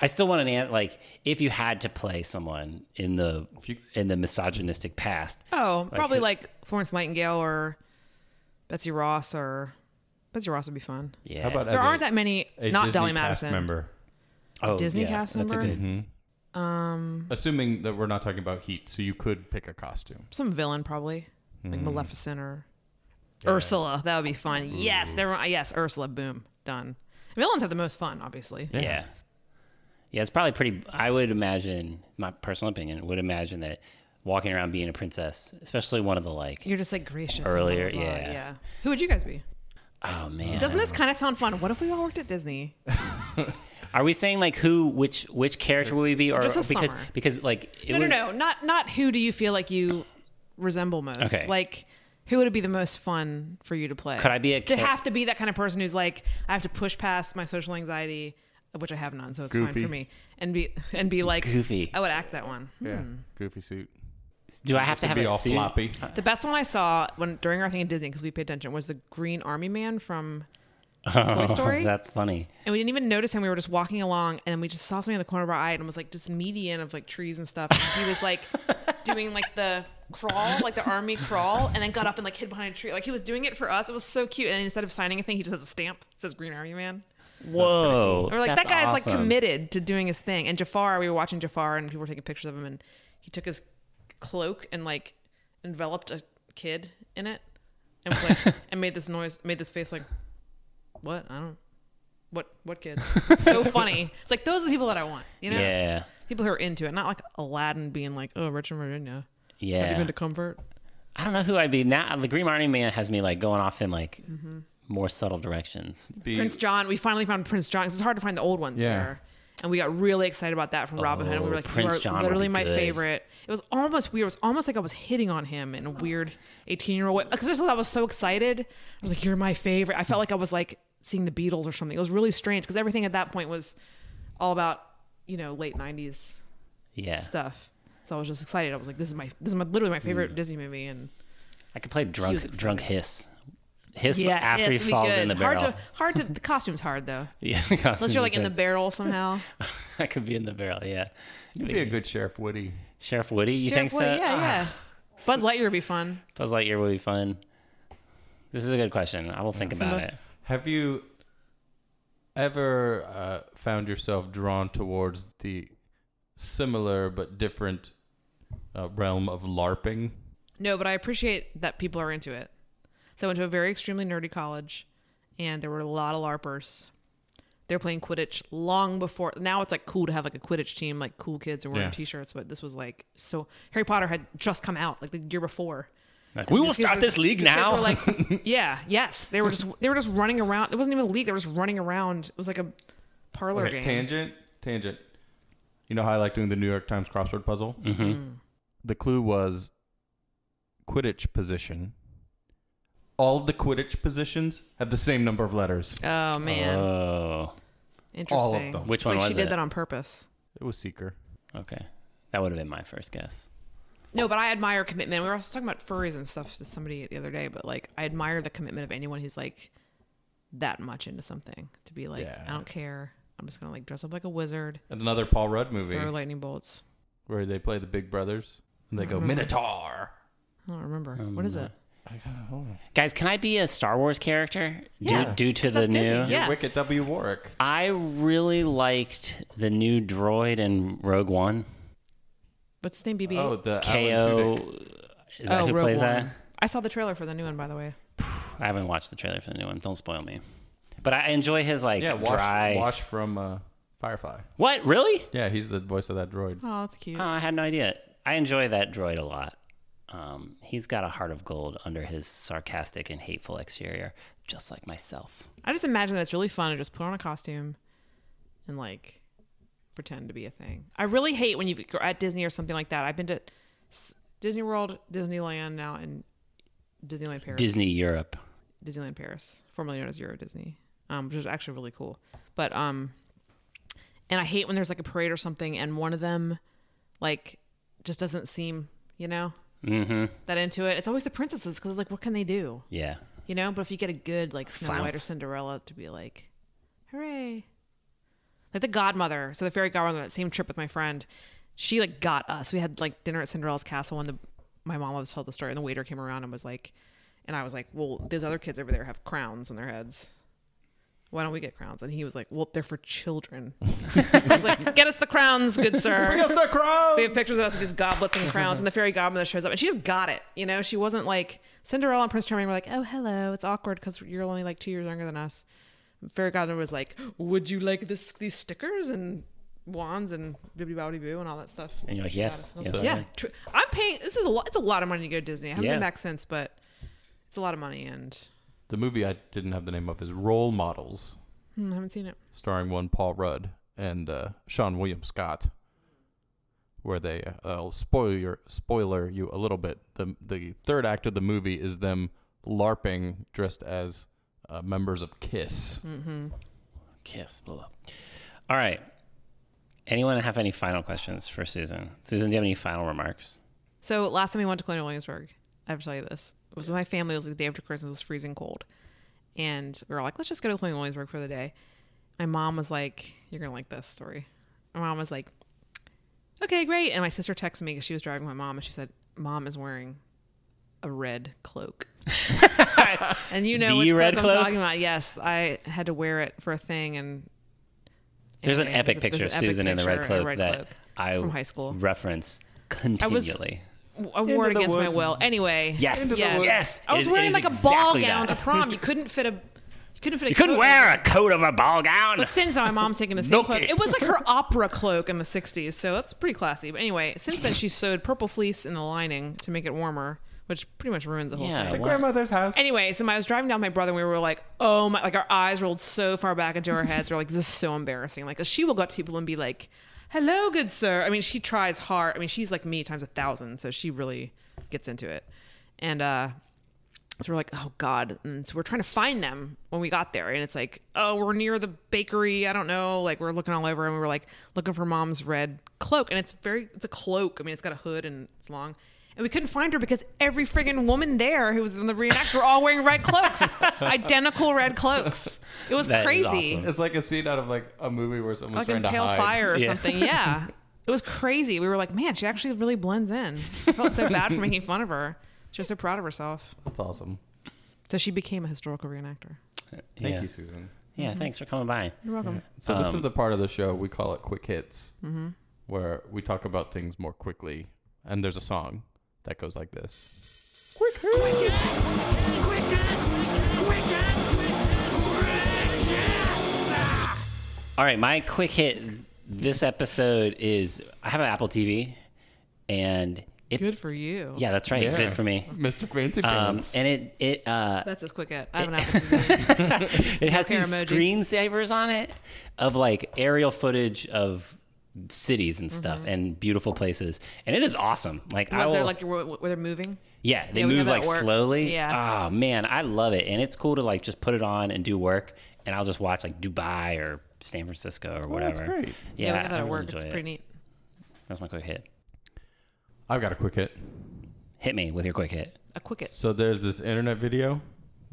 Speaker 2: I still want an an like if you had to play someone in the
Speaker 1: you-
Speaker 2: in the misogynistic past.
Speaker 3: Oh, probably
Speaker 2: who-
Speaker 3: like Florence Nightingale or Betsy Ross or Betsy Ross would be fun.
Speaker 2: Yeah.
Speaker 1: How about
Speaker 3: there
Speaker 1: as
Speaker 3: aren't
Speaker 1: a,
Speaker 3: that many.
Speaker 1: a
Speaker 3: Not
Speaker 1: Disney
Speaker 3: Dolly
Speaker 1: cast
Speaker 3: Madison.
Speaker 1: member?
Speaker 2: oh,
Speaker 3: Disney cast
Speaker 2: That's a
Speaker 3: member?
Speaker 2: good.
Speaker 1: Assuming that we're not talking about heat, so you could pick a costume.
Speaker 3: Some villain probably,
Speaker 1: Hmm.
Speaker 3: like Maleficent or Ursula. That would be fun. Yes, never mind. Yes, Ursula. Boom, done. Villains have the most fun, obviously.
Speaker 2: Yeah.
Speaker 1: Mm-hmm.
Speaker 2: yeah. it's probably pretty. I would imagine, my personal opinion, would imagine that walking around being a princess, especially one of the like,
Speaker 3: You're just like gracious. and
Speaker 2: Earlier,
Speaker 3: blah, blah, blah.
Speaker 2: yeah.
Speaker 3: yeah. Who would you guys be?
Speaker 2: oh man,
Speaker 3: Doesn't this kind of sound fun? What if we all worked at Disney?
Speaker 2: are we saying like who, which, which character would we be, or
Speaker 3: Just a
Speaker 2: because
Speaker 3: summer.
Speaker 2: because like it
Speaker 3: No,
Speaker 2: would-
Speaker 3: no, no, not not who do you feel like you resemble most?
Speaker 2: Okay.
Speaker 3: Like who would it be the most fun for you to play?
Speaker 2: Could I be a
Speaker 3: to
Speaker 2: ca-
Speaker 3: have to be that kind of person who's like I have to push past my social anxiety, which I have none, so it's fine
Speaker 1: Goofy.
Speaker 3: for me, and be and be like
Speaker 2: Goofy.
Speaker 3: I would act that one.
Speaker 1: Yeah, goofy suit.
Speaker 2: Do I have to have
Speaker 1: be
Speaker 2: a
Speaker 1: all
Speaker 2: suit?
Speaker 1: floppy.
Speaker 3: Uh, The best one I saw when during our thing at Disney because we paid attention was the Green Army Man from
Speaker 2: [laughs]
Speaker 3: Toy Story.
Speaker 2: That's funny.
Speaker 3: And we didn't even notice him. We were just walking along, and we just saw something in the corner of our eye, and it was like this median of like trees and stuff. And he was like doing like the crawl, like the army crawl, and then got up and like hid behind a tree. Like he was doing it for us. It was so cute. And then instead of signing a thing, he just has a stamp. It says Green Army Man.
Speaker 2: Whoa,
Speaker 3: And we're like,
Speaker 2: that's
Speaker 3: that guy's
Speaker 2: awesome.
Speaker 3: like committed to doing his thing. And Jafar, we were watching Jafar, and people were taking pictures of him, and he took his cloak and like enveloped a kid in it, and was
Speaker 2: [laughs]
Speaker 3: like, and made this noise, made this face like, what? I don't. What what kid?
Speaker 2: [laughs]
Speaker 3: so funny. It's like those are the people that I want. You know,
Speaker 2: Yeah,
Speaker 3: people who are into it, not like Aladdin being like, oh, rich in Virginia.
Speaker 2: yeah.
Speaker 3: Have you been to Comfort?
Speaker 2: I don't know who I'd be now. The Green Army Man has me like going off in like
Speaker 3: Mm-hmm.
Speaker 2: more subtle directions.
Speaker 1: Be,
Speaker 3: Prince John. We finally found Prince John 'cause it's hard to find the old ones
Speaker 1: Yeah.
Speaker 3: there. And we got really excited about that from Robin Hood. And we were
Speaker 2: Oh,
Speaker 3: like,
Speaker 2: Prince
Speaker 3: you are
Speaker 2: John would
Speaker 3: literally
Speaker 2: be
Speaker 3: my
Speaker 2: good.
Speaker 3: favorite. It was almost weird. It was almost like I was hitting on him in a weird 18 year old way. Because I was so excited. I was like, you're my favorite. I felt like I was like seeing the Beatles or something. It was really strange because everything at that point was all about, you know, late 90s
Speaker 2: Yeah,
Speaker 3: stuff. So I was just excited. I was like, this is my, this is my, literally my
Speaker 2: Mm.
Speaker 3: favorite Disney movie. And
Speaker 2: I could play
Speaker 3: was
Speaker 2: drunk,
Speaker 3: excited.
Speaker 2: drunk hiss, hiss after he
Speaker 3: Yes, we
Speaker 2: falls
Speaker 3: good.
Speaker 2: in the
Speaker 3: hard
Speaker 2: barrel.
Speaker 3: to, hard to, the costume's hard though.
Speaker 2: yeah, [laughs]
Speaker 3: Unless you're like in the barrel somehow.
Speaker 2: I could be in the barrel. Yeah,
Speaker 1: you'd be a good Sheriff Woody.
Speaker 2: Sheriff Woody. You think
Speaker 3: Sheriff
Speaker 2: so? Ah,
Speaker 3: Woody, Yeah, yeah.
Speaker 2: [sighs]
Speaker 3: Buzz Lightyear would be fun.
Speaker 2: Buzz Lightyear would be fun. This is a good question. I will think about it.
Speaker 1: Have you ever uh, found yourself drawn towards the similar but different uh, realm of LARPing?
Speaker 3: No, but I appreciate that people are into it. So I went to a very extremely nerdy college, and there were a lot of LARPers. They're playing Quidditch long before now. It's like cool to have like a Quidditch team, like cool kids are wearing
Speaker 1: Yeah.
Speaker 3: T-shirts. But this was like so. Harry Potter had just come out like the year before.
Speaker 2: Like, we will
Speaker 3: These kids
Speaker 2: start
Speaker 3: were-
Speaker 2: this league
Speaker 3: these kids
Speaker 2: now. [laughs]
Speaker 3: were like, yeah, yes, they were just they were just running around. It wasn't even a league. They were just running around. It was like a parlor
Speaker 1: Okay,
Speaker 3: game.
Speaker 1: tangent, tangent. You know how I like doing the New York Times crossword puzzle?
Speaker 3: Mm.
Speaker 2: Mhm.
Speaker 1: The clue was Quidditch position. All the Quidditch positions have the same number of letters.
Speaker 3: Oh man,
Speaker 2: Oh,
Speaker 3: interesting.
Speaker 1: all of them.
Speaker 2: which
Speaker 3: It's
Speaker 2: one
Speaker 3: like
Speaker 2: was
Speaker 3: she did
Speaker 2: it?
Speaker 3: that on purpose.
Speaker 1: It was Seeker.
Speaker 2: okay, that would have been my first guess.
Speaker 3: No, but I admire commitment. We were also talking about furries and stuff to somebody the other day, but like I admire the commitment of anyone who's like that much into something to be like,
Speaker 1: Yeah.
Speaker 3: I don't care. I'm just gonna like dress up like a wizard,
Speaker 1: And another Paul Rudd movie
Speaker 3: throw lightning bolts.
Speaker 1: where they play the Big Brothers and they
Speaker 3: Mm-hmm.
Speaker 1: go Minotaur.
Speaker 3: I don't remember. what is it?
Speaker 2: Guys, can I be a Star Wars character?
Speaker 3: Yeah,
Speaker 2: Due, due to
Speaker 3: 'cause
Speaker 2: the
Speaker 3: that's
Speaker 2: new.
Speaker 3: Disney, yeah.
Speaker 1: Wicket W. Warwick.
Speaker 2: I really liked the new droid in Rogue One.
Speaker 3: What's his name? E? BB.
Speaker 1: Oh, the Alan Tudyk.
Speaker 2: Ko. Is that
Speaker 3: Oh,
Speaker 2: who
Speaker 3: Rogue
Speaker 2: plays that?
Speaker 3: One. I saw the trailer for the new one, by the way.
Speaker 2: I haven't watched the trailer for the new one. Don't spoil me. But I enjoy his like
Speaker 1: Yeah, Wash,
Speaker 2: dry.
Speaker 1: Wash from uh, Firefly.
Speaker 2: What really?
Speaker 1: Yeah, he's the voice of that
Speaker 3: [laughs]
Speaker 1: droid.
Speaker 3: Oh, that's cute.
Speaker 2: Oh, I had no idea. I enjoy that droid a lot. Um, he's got a heart of gold under his sarcastic and hateful exterior, just like myself.
Speaker 3: I just imagine that it's really fun to just put on a costume and like pretend to be a thing. I really hate when you are at Disney or something like that. I've been to s- Disney World, Disneyland now, and Disneyland Paris.
Speaker 2: Disney Europe.
Speaker 3: Disneyland Paris, formerly known as Euro Disney, um, which is actually really cool. But um, and I hate when there's like a parade or something, and one of them, like, just doesn't seem, you know,
Speaker 2: Mm-hmm.
Speaker 3: that into it. It's always the princesses because like, what can they do,
Speaker 2: Yeah.
Speaker 3: you know? But if you get a good like Snow White or
Speaker 2: Flounce.
Speaker 3: Cinderella to be like, hooray, like the Godmother. So the fairy godmother on that same trip with my friend, she like got us. We had like dinner at Cinderella's castle, and the my mom always told the story, and the waiter came around and was like, and I was like, well, those other kids over there have crowns on their heads. Why don't we get crowns? And he was like, well, they're for children. [laughs] I was like, get us the crowns, good sir.
Speaker 1: Bring us the crowd.
Speaker 3: So we have pictures of us with these goblets and crowns, and the fairy godmother shows up, and she just got it. You know, she wasn't like Cinderella and Prince Charming were like, "Oh, hello, it's awkward because you're only like two years younger than us." Fairy godmother was like, "Would you like this these stickers and wands and bibbidi bobbidi boo and all that stuff?"
Speaker 2: And you're like, yes. yes I
Speaker 3: yeah,
Speaker 2: am.
Speaker 3: tr- I'm paying. This is a lot. It's a lot of money to go to Disney. I haven't
Speaker 2: Yeah.
Speaker 3: been back since, but it's a lot of money, and
Speaker 1: The movie I didn't have the name of is Role Models,
Speaker 3: hmm, I haven't seen it.
Speaker 1: starring one Paul Rudd and uh, Sean William Scott, where they uh, I'll spoil your spoiler you a little bit. The the third act of the movie is them larping dressed as uh, members of Kiss.
Speaker 2: Kiss. Blah, blah. All right. Anyone have any final questions for Susan? Susan, do you have any final remarks?
Speaker 3: So last time we went to Colonial Williamsburg, I have to tell you this. It was with my family. It was like the day after Christmas. It was freezing cold, and we were like, "Let's just go to Colonial Williamsburg for the day." My mom was like, "You're gonna like this story." My mom was like, "Okay, great." And my sister texted me because she was driving my mom, and she said, "Mom is wearing a red
Speaker 2: [laughs]
Speaker 3: cloak." and you know
Speaker 2: The
Speaker 3: which
Speaker 2: red
Speaker 3: cloak,
Speaker 2: cloak?
Speaker 3: I'm talking about. Yes, I had to wear it for a thing, and
Speaker 2: There's an
Speaker 3: anyway,
Speaker 2: epic
Speaker 3: there's a-
Speaker 2: picture of
Speaker 3: there's
Speaker 2: Susan
Speaker 3: an epic
Speaker 2: in the red
Speaker 3: picture
Speaker 2: cloak
Speaker 3: in a red
Speaker 2: that
Speaker 3: cloak
Speaker 2: I
Speaker 3: from high school.
Speaker 2: reference
Speaker 3: was-
Speaker 2: continually.
Speaker 3: I wore it
Speaker 1: Into the
Speaker 3: against my
Speaker 1: woods.
Speaker 3: will. Anyway,
Speaker 2: Yes. Into the
Speaker 3: yes,
Speaker 2: woods. Yes.
Speaker 3: I
Speaker 2: It
Speaker 3: was
Speaker 2: is- it
Speaker 3: wearing
Speaker 2: is
Speaker 3: like a
Speaker 2: exactly
Speaker 3: ball gown
Speaker 2: that.
Speaker 3: to prom. You couldn't fit a. You couldn't fit. A
Speaker 2: you
Speaker 1: Oh,
Speaker 2: couldn't
Speaker 3: coat.
Speaker 2: wear a coat of a ball gown.
Speaker 3: But since then, my mom's taking the same
Speaker 2: Milk
Speaker 3: cloak.
Speaker 2: it.
Speaker 3: It was like her
Speaker 2: [laughs]
Speaker 3: opera cloak in the '60s, so that's pretty classy. But anyway, since then, she sewed purple fleece in the lining to make it warmer, which pretty much ruins the whole
Speaker 2: Yeah,
Speaker 3: thing.
Speaker 2: what-
Speaker 1: Grandmother's house.
Speaker 3: Anyway, so I was driving down with my brother and we were like, oh my, like our eyes rolled so far back into our heads. We're like, this is so embarrassing. Like, she will go up to people and be like, hello, good sir. I mean, she tries hard. I mean, she's like me times a thousand. So she really gets into it. And, uh, so we're like, oh God. And so we're trying to find them when we got there. And it's like, oh, we're near the bakery. I don't know. Like we're looking all over and we were like looking for mom's red cloak. And it's very, it's a cloak. I mean, it's got a hood and it's long. And we couldn't find her because every friggin' woman there who was in the reenact were all wearing
Speaker 2: [laughs]
Speaker 3: red cloaks, identical red cloaks. It was
Speaker 2: That is
Speaker 3: crazy.
Speaker 2: awesome.
Speaker 1: It's like a scene out of like a movie where someone's
Speaker 3: Like
Speaker 1: trying
Speaker 3: in
Speaker 1: to
Speaker 3: Pale
Speaker 1: hide.
Speaker 3: Fire or
Speaker 2: Yeah.
Speaker 3: something. Yeah. It was crazy. We were like, man, she actually really blends in. I felt so bad
Speaker 2: [laughs]
Speaker 3: for making fun of her. She was so proud of herself.
Speaker 1: That's awesome.
Speaker 3: So she became a historical reenactor.
Speaker 1: Thank
Speaker 2: yeah.
Speaker 1: you, Susan.
Speaker 2: Yeah,
Speaker 3: Mm-hmm.
Speaker 2: thanks for coming by.
Speaker 3: You're welcome.
Speaker 1: So this is the part of the show we call it quick hits, where we talk about things more quickly. And there's a song that goes like this.
Speaker 4: Quick hits! Quick hits! Quick hits! Quick hits!
Speaker 2: All right, my quick hit this episode is I have an Apple TV, and it
Speaker 3: Good for you.
Speaker 2: yeah, that's right,
Speaker 1: Yeah.
Speaker 2: good for me.
Speaker 1: Mr. Fancy
Speaker 2: Um,
Speaker 1: Pants.
Speaker 2: and it it uh,
Speaker 3: That's as quick at I have an
Speaker 2: [laughs]
Speaker 3: Apple TV.
Speaker 2: it has
Speaker 3: Hair
Speaker 2: these
Speaker 3: emoji.
Speaker 2: screensavers on it of like aerial footage of cities and stuff and beautiful places, and it is awesome. Like I
Speaker 3: Mm-hmm. Ones that
Speaker 2: will,
Speaker 3: are like where, where they're moving.
Speaker 2: yeah, they
Speaker 3: Yeah, we
Speaker 2: move
Speaker 3: have that
Speaker 2: like
Speaker 3: at work.
Speaker 2: slowly.
Speaker 3: Yeah.
Speaker 2: Oh man, I love it, and it's cool to like just put it on and do work, and I'll just watch like Dubai or San Francisco or whatever.
Speaker 1: Oh, that's great.
Speaker 2: Yeah,
Speaker 3: we have that
Speaker 2: I
Speaker 3: at
Speaker 2: really
Speaker 3: work.
Speaker 2: enjoy
Speaker 3: It's
Speaker 2: it.
Speaker 3: pretty neat.
Speaker 2: That's my quick hit.
Speaker 1: I've got a quick hit.
Speaker 2: Hit me with your quick hit.
Speaker 3: A quick it.
Speaker 1: So there's this internet video.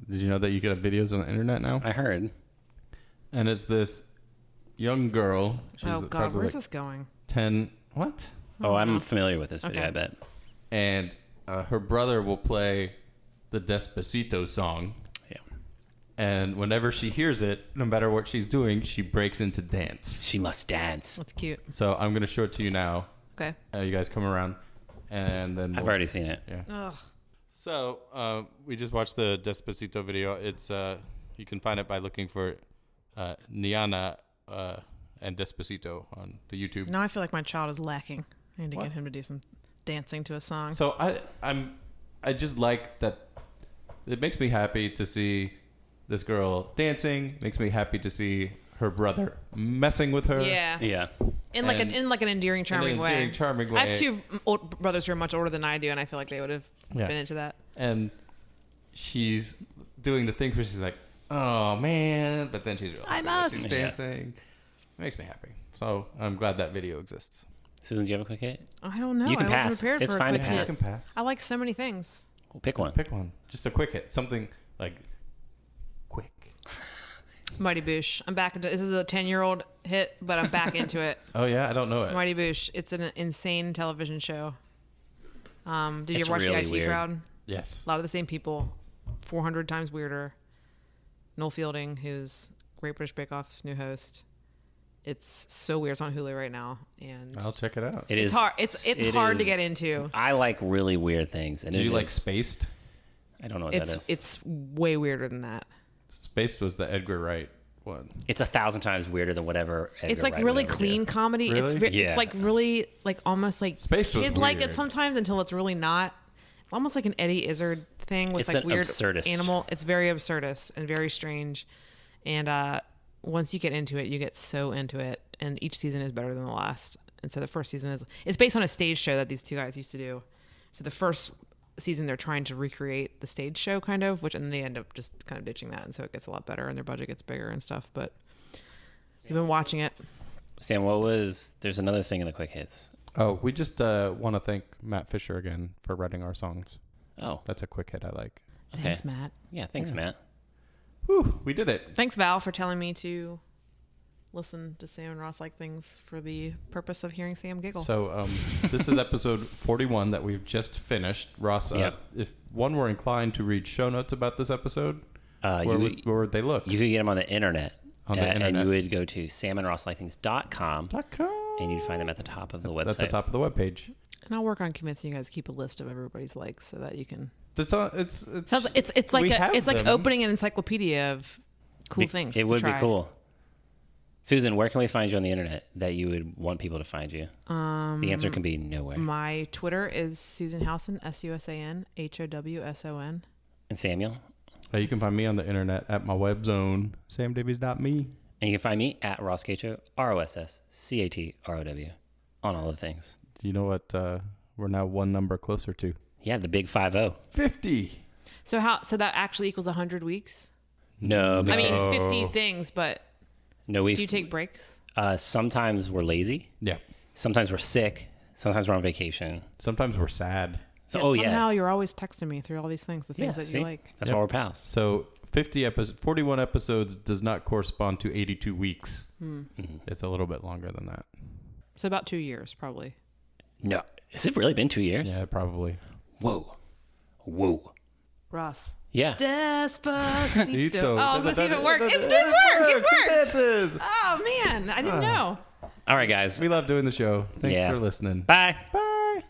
Speaker 1: Did you know that you get videos on the internet now?
Speaker 2: I heard.
Speaker 1: And it's this young girl. She's
Speaker 3: oh God,
Speaker 1: probably
Speaker 3: where's
Speaker 1: like
Speaker 3: this going?
Speaker 1: ten. What?
Speaker 2: Oh, I'm familiar with this video.
Speaker 3: Okay.
Speaker 2: I bet.
Speaker 1: And uh, her brother will play the Despacito song,
Speaker 2: Yeah.
Speaker 1: and whenever she hears it, no matter what she's doing, she breaks into dance.
Speaker 2: She must dance.
Speaker 3: That's cute.
Speaker 1: So I'm gonna show it to you now.
Speaker 3: Okay.
Speaker 1: Uh, you guys come around, and then
Speaker 2: I've
Speaker 1: we'll-
Speaker 2: already seen it.
Speaker 3: Ugh.
Speaker 1: So uh, we just watched the Despacito video. It's uh, you can find it by looking for uh, Niana uh, and Despacito on the YouTube.
Speaker 3: Now I feel like my child is lacking. I need to
Speaker 1: What?
Speaker 3: get him to do some dancing to a song.
Speaker 1: So I I'm I just like that. It makes me happy to see this girl dancing. Makes me happy to see her brother messing with her.
Speaker 3: yeah.
Speaker 2: Yeah.
Speaker 3: In like an
Speaker 1: And-
Speaker 3: in like an endearing, charming
Speaker 1: an
Speaker 3: way.
Speaker 1: endearing, charming
Speaker 3: I
Speaker 1: way.
Speaker 3: have two old brothers who are much older than I do, and I feel like they would have
Speaker 1: Yeah.
Speaker 3: been into that.
Speaker 1: and she's doing the thing where she's like, "Oh man," but then she's
Speaker 3: I
Speaker 1: she's
Speaker 3: must.
Speaker 1: dancing. It makes me happy. So I'm glad that video exists.
Speaker 2: Susan, do you have a quick hit?
Speaker 3: I don't know.
Speaker 2: You can
Speaker 3: I
Speaker 2: pass.
Speaker 3: wasn't prepared
Speaker 2: It's
Speaker 3: for
Speaker 2: fine
Speaker 3: a
Speaker 2: to
Speaker 3: quick
Speaker 1: Yeah,
Speaker 2: pass.
Speaker 3: hit.
Speaker 1: you can pass.
Speaker 3: I like so many things.
Speaker 2: Pick one.
Speaker 1: Pick one. Just a quick hit. Something like quick.
Speaker 3: Mighty Boosh. I'm back into this is a ten year old hit, but
Speaker 2: [laughs]
Speaker 3: I'm back into it.
Speaker 1: Oh yeah, I don't know it.
Speaker 3: Mighty Boosh. It's an insane television show. Um, did you
Speaker 2: It's
Speaker 3: ever watch
Speaker 2: really
Speaker 3: the IT
Speaker 2: weird.
Speaker 3: crowd?
Speaker 1: yes.
Speaker 3: A lot of the same people, four hundred times weirder. Noel Fielding, who's Great British Bake Off new host. It's so weird. It's on Hulu right now, and
Speaker 1: I'll check it out.
Speaker 2: It
Speaker 3: it's
Speaker 2: is-
Speaker 3: hard. It's it's
Speaker 2: it
Speaker 3: hard
Speaker 2: is-
Speaker 3: to
Speaker 2: [laughs]
Speaker 3: get into.
Speaker 2: I like really weird things, and
Speaker 1: Did
Speaker 2: it
Speaker 1: you like
Speaker 2: is-
Speaker 1: Spaced?
Speaker 2: I don't know what that
Speaker 3: It's
Speaker 2: is.
Speaker 3: it's way weirder than that.
Speaker 1: Spaced was the Edgar Wright one.
Speaker 2: It's a thousand times weirder than whatever. Edgar
Speaker 3: it's like
Speaker 2: Wright would
Speaker 3: really
Speaker 2: ever do.
Speaker 3: clean comedy. It's
Speaker 1: Really?
Speaker 3: re-
Speaker 2: Yeah.
Speaker 3: it's like really like almost like
Speaker 1: Space was
Speaker 3: kid like
Speaker 1: weird.
Speaker 3: it sometimes until it's really not. It's almost like an Eddie Izzard thing with
Speaker 2: It's
Speaker 3: like
Speaker 2: an
Speaker 3: weird
Speaker 2: absurdist.
Speaker 3: animal. It's very absurdist and very strange. And uh once you get into it, you get so into it. And each season is better than the last. And so the first season is it's based on a stage show that these two guys used to do. So the first season they're trying to recreate the stage show kind of, which and they end up just kind of ditching that and so it gets a lot better and their budget gets bigger and stuff. But you've been watching it.
Speaker 2: Sam, what was? There's another thing in the quick hits.
Speaker 1: Oh, we just uh, want to thank Matt Fisher again for writing our songs.
Speaker 2: Oh,
Speaker 1: That's a quick hit I like.
Speaker 2: okay.
Speaker 3: Thanks, Matt.
Speaker 2: Yeah, thanks, Matt.
Speaker 1: Whew, we did it.
Speaker 3: Thanks, Val, for telling me to listen to Sam and Ross like things for the purpose of hearing Sam giggle.
Speaker 1: So
Speaker 3: [laughs]
Speaker 1: um, this is episode 41 that we've just finished. Ross, uh,
Speaker 2: Yep.
Speaker 1: if one were inclined to read show notes about this episode,
Speaker 2: Uh,
Speaker 1: where,
Speaker 2: you,
Speaker 1: would, where would they look?
Speaker 2: you could get them on the internet.
Speaker 1: On the
Speaker 2: uh, and
Speaker 1: internet.
Speaker 2: you would go to salmonrosslightthings.com,
Speaker 1: Dot com.
Speaker 2: and you'd find them at the top of the website.
Speaker 1: That's the top of the webpage.
Speaker 3: and I'll work on convincing you guys to keep a list of everybody's likes so that you can.
Speaker 1: That's all, it's, it's,
Speaker 3: Sounds like, it's it's like
Speaker 1: we
Speaker 3: a,
Speaker 1: have
Speaker 3: it's like
Speaker 1: them.
Speaker 3: opening an encyclopedia of cool
Speaker 2: Be-
Speaker 3: things.
Speaker 2: It
Speaker 3: to
Speaker 2: would be
Speaker 3: try.
Speaker 2: cool. Susan, where can we find you on the internet that you would want people to find you? Um, the answer can be nowhere.
Speaker 3: My Twitter is Susan Howson, S U S A N H O W S O N.
Speaker 2: and Samuel,
Speaker 1: Uh, you can find me on the internet at my web zone, samdavies.me.
Speaker 2: and you can find me at Ross Cato, R O S S C A T R O W, on all the things.
Speaker 1: Do you know what uh, we're now one number closer to?
Speaker 2: Yeah, the big five zero.
Speaker 1: 50.
Speaker 3: So how so that actually equals hundred weeks?
Speaker 2: No,
Speaker 3: I mean
Speaker 1: No.
Speaker 3: fifty things, but
Speaker 2: no. We
Speaker 3: do you take breaks?
Speaker 2: uh, sometimes we're lazy.
Speaker 1: Yeah.
Speaker 2: Sometimes we're sick. Sometimes we're on vacation.
Speaker 1: Sometimes we're sad.
Speaker 2: So oh
Speaker 3: somehow
Speaker 2: yeah,
Speaker 3: you're always texting me through all these things, the
Speaker 2: yeah.
Speaker 3: things that
Speaker 2: see?
Speaker 3: you like.
Speaker 2: That's
Speaker 1: Yep.
Speaker 2: why we're pals.
Speaker 1: So 50 episodes, 41 episodes does not correspond to 82 weeks.
Speaker 3: Hmm.
Speaker 2: Mm-hmm.
Speaker 1: It's a little bit longer than that.
Speaker 3: So about two years, probably.
Speaker 2: No, has it really been two years?
Speaker 1: Yeah, probably.
Speaker 2: Whoa, whoa.
Speaker 3: Ross.
Speaker 2: Yeah.
Speaker 3: Despacito.
Speaker 1: Despacito.
Speaker 3: Oh, I was gonna see if it worked. It did work. It worked. Oh man, I didn't know.
Speaker 2: All right, guys.
Speaker 1: We love doing the show. Thanks
Speaker 2: Yeah.
Speaker 1: for listening.
Speaker 2: Bye.
Speaker 1: Bye.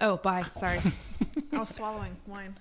Speaker 3: Oh, bye. Sorry. I was swallowing wine.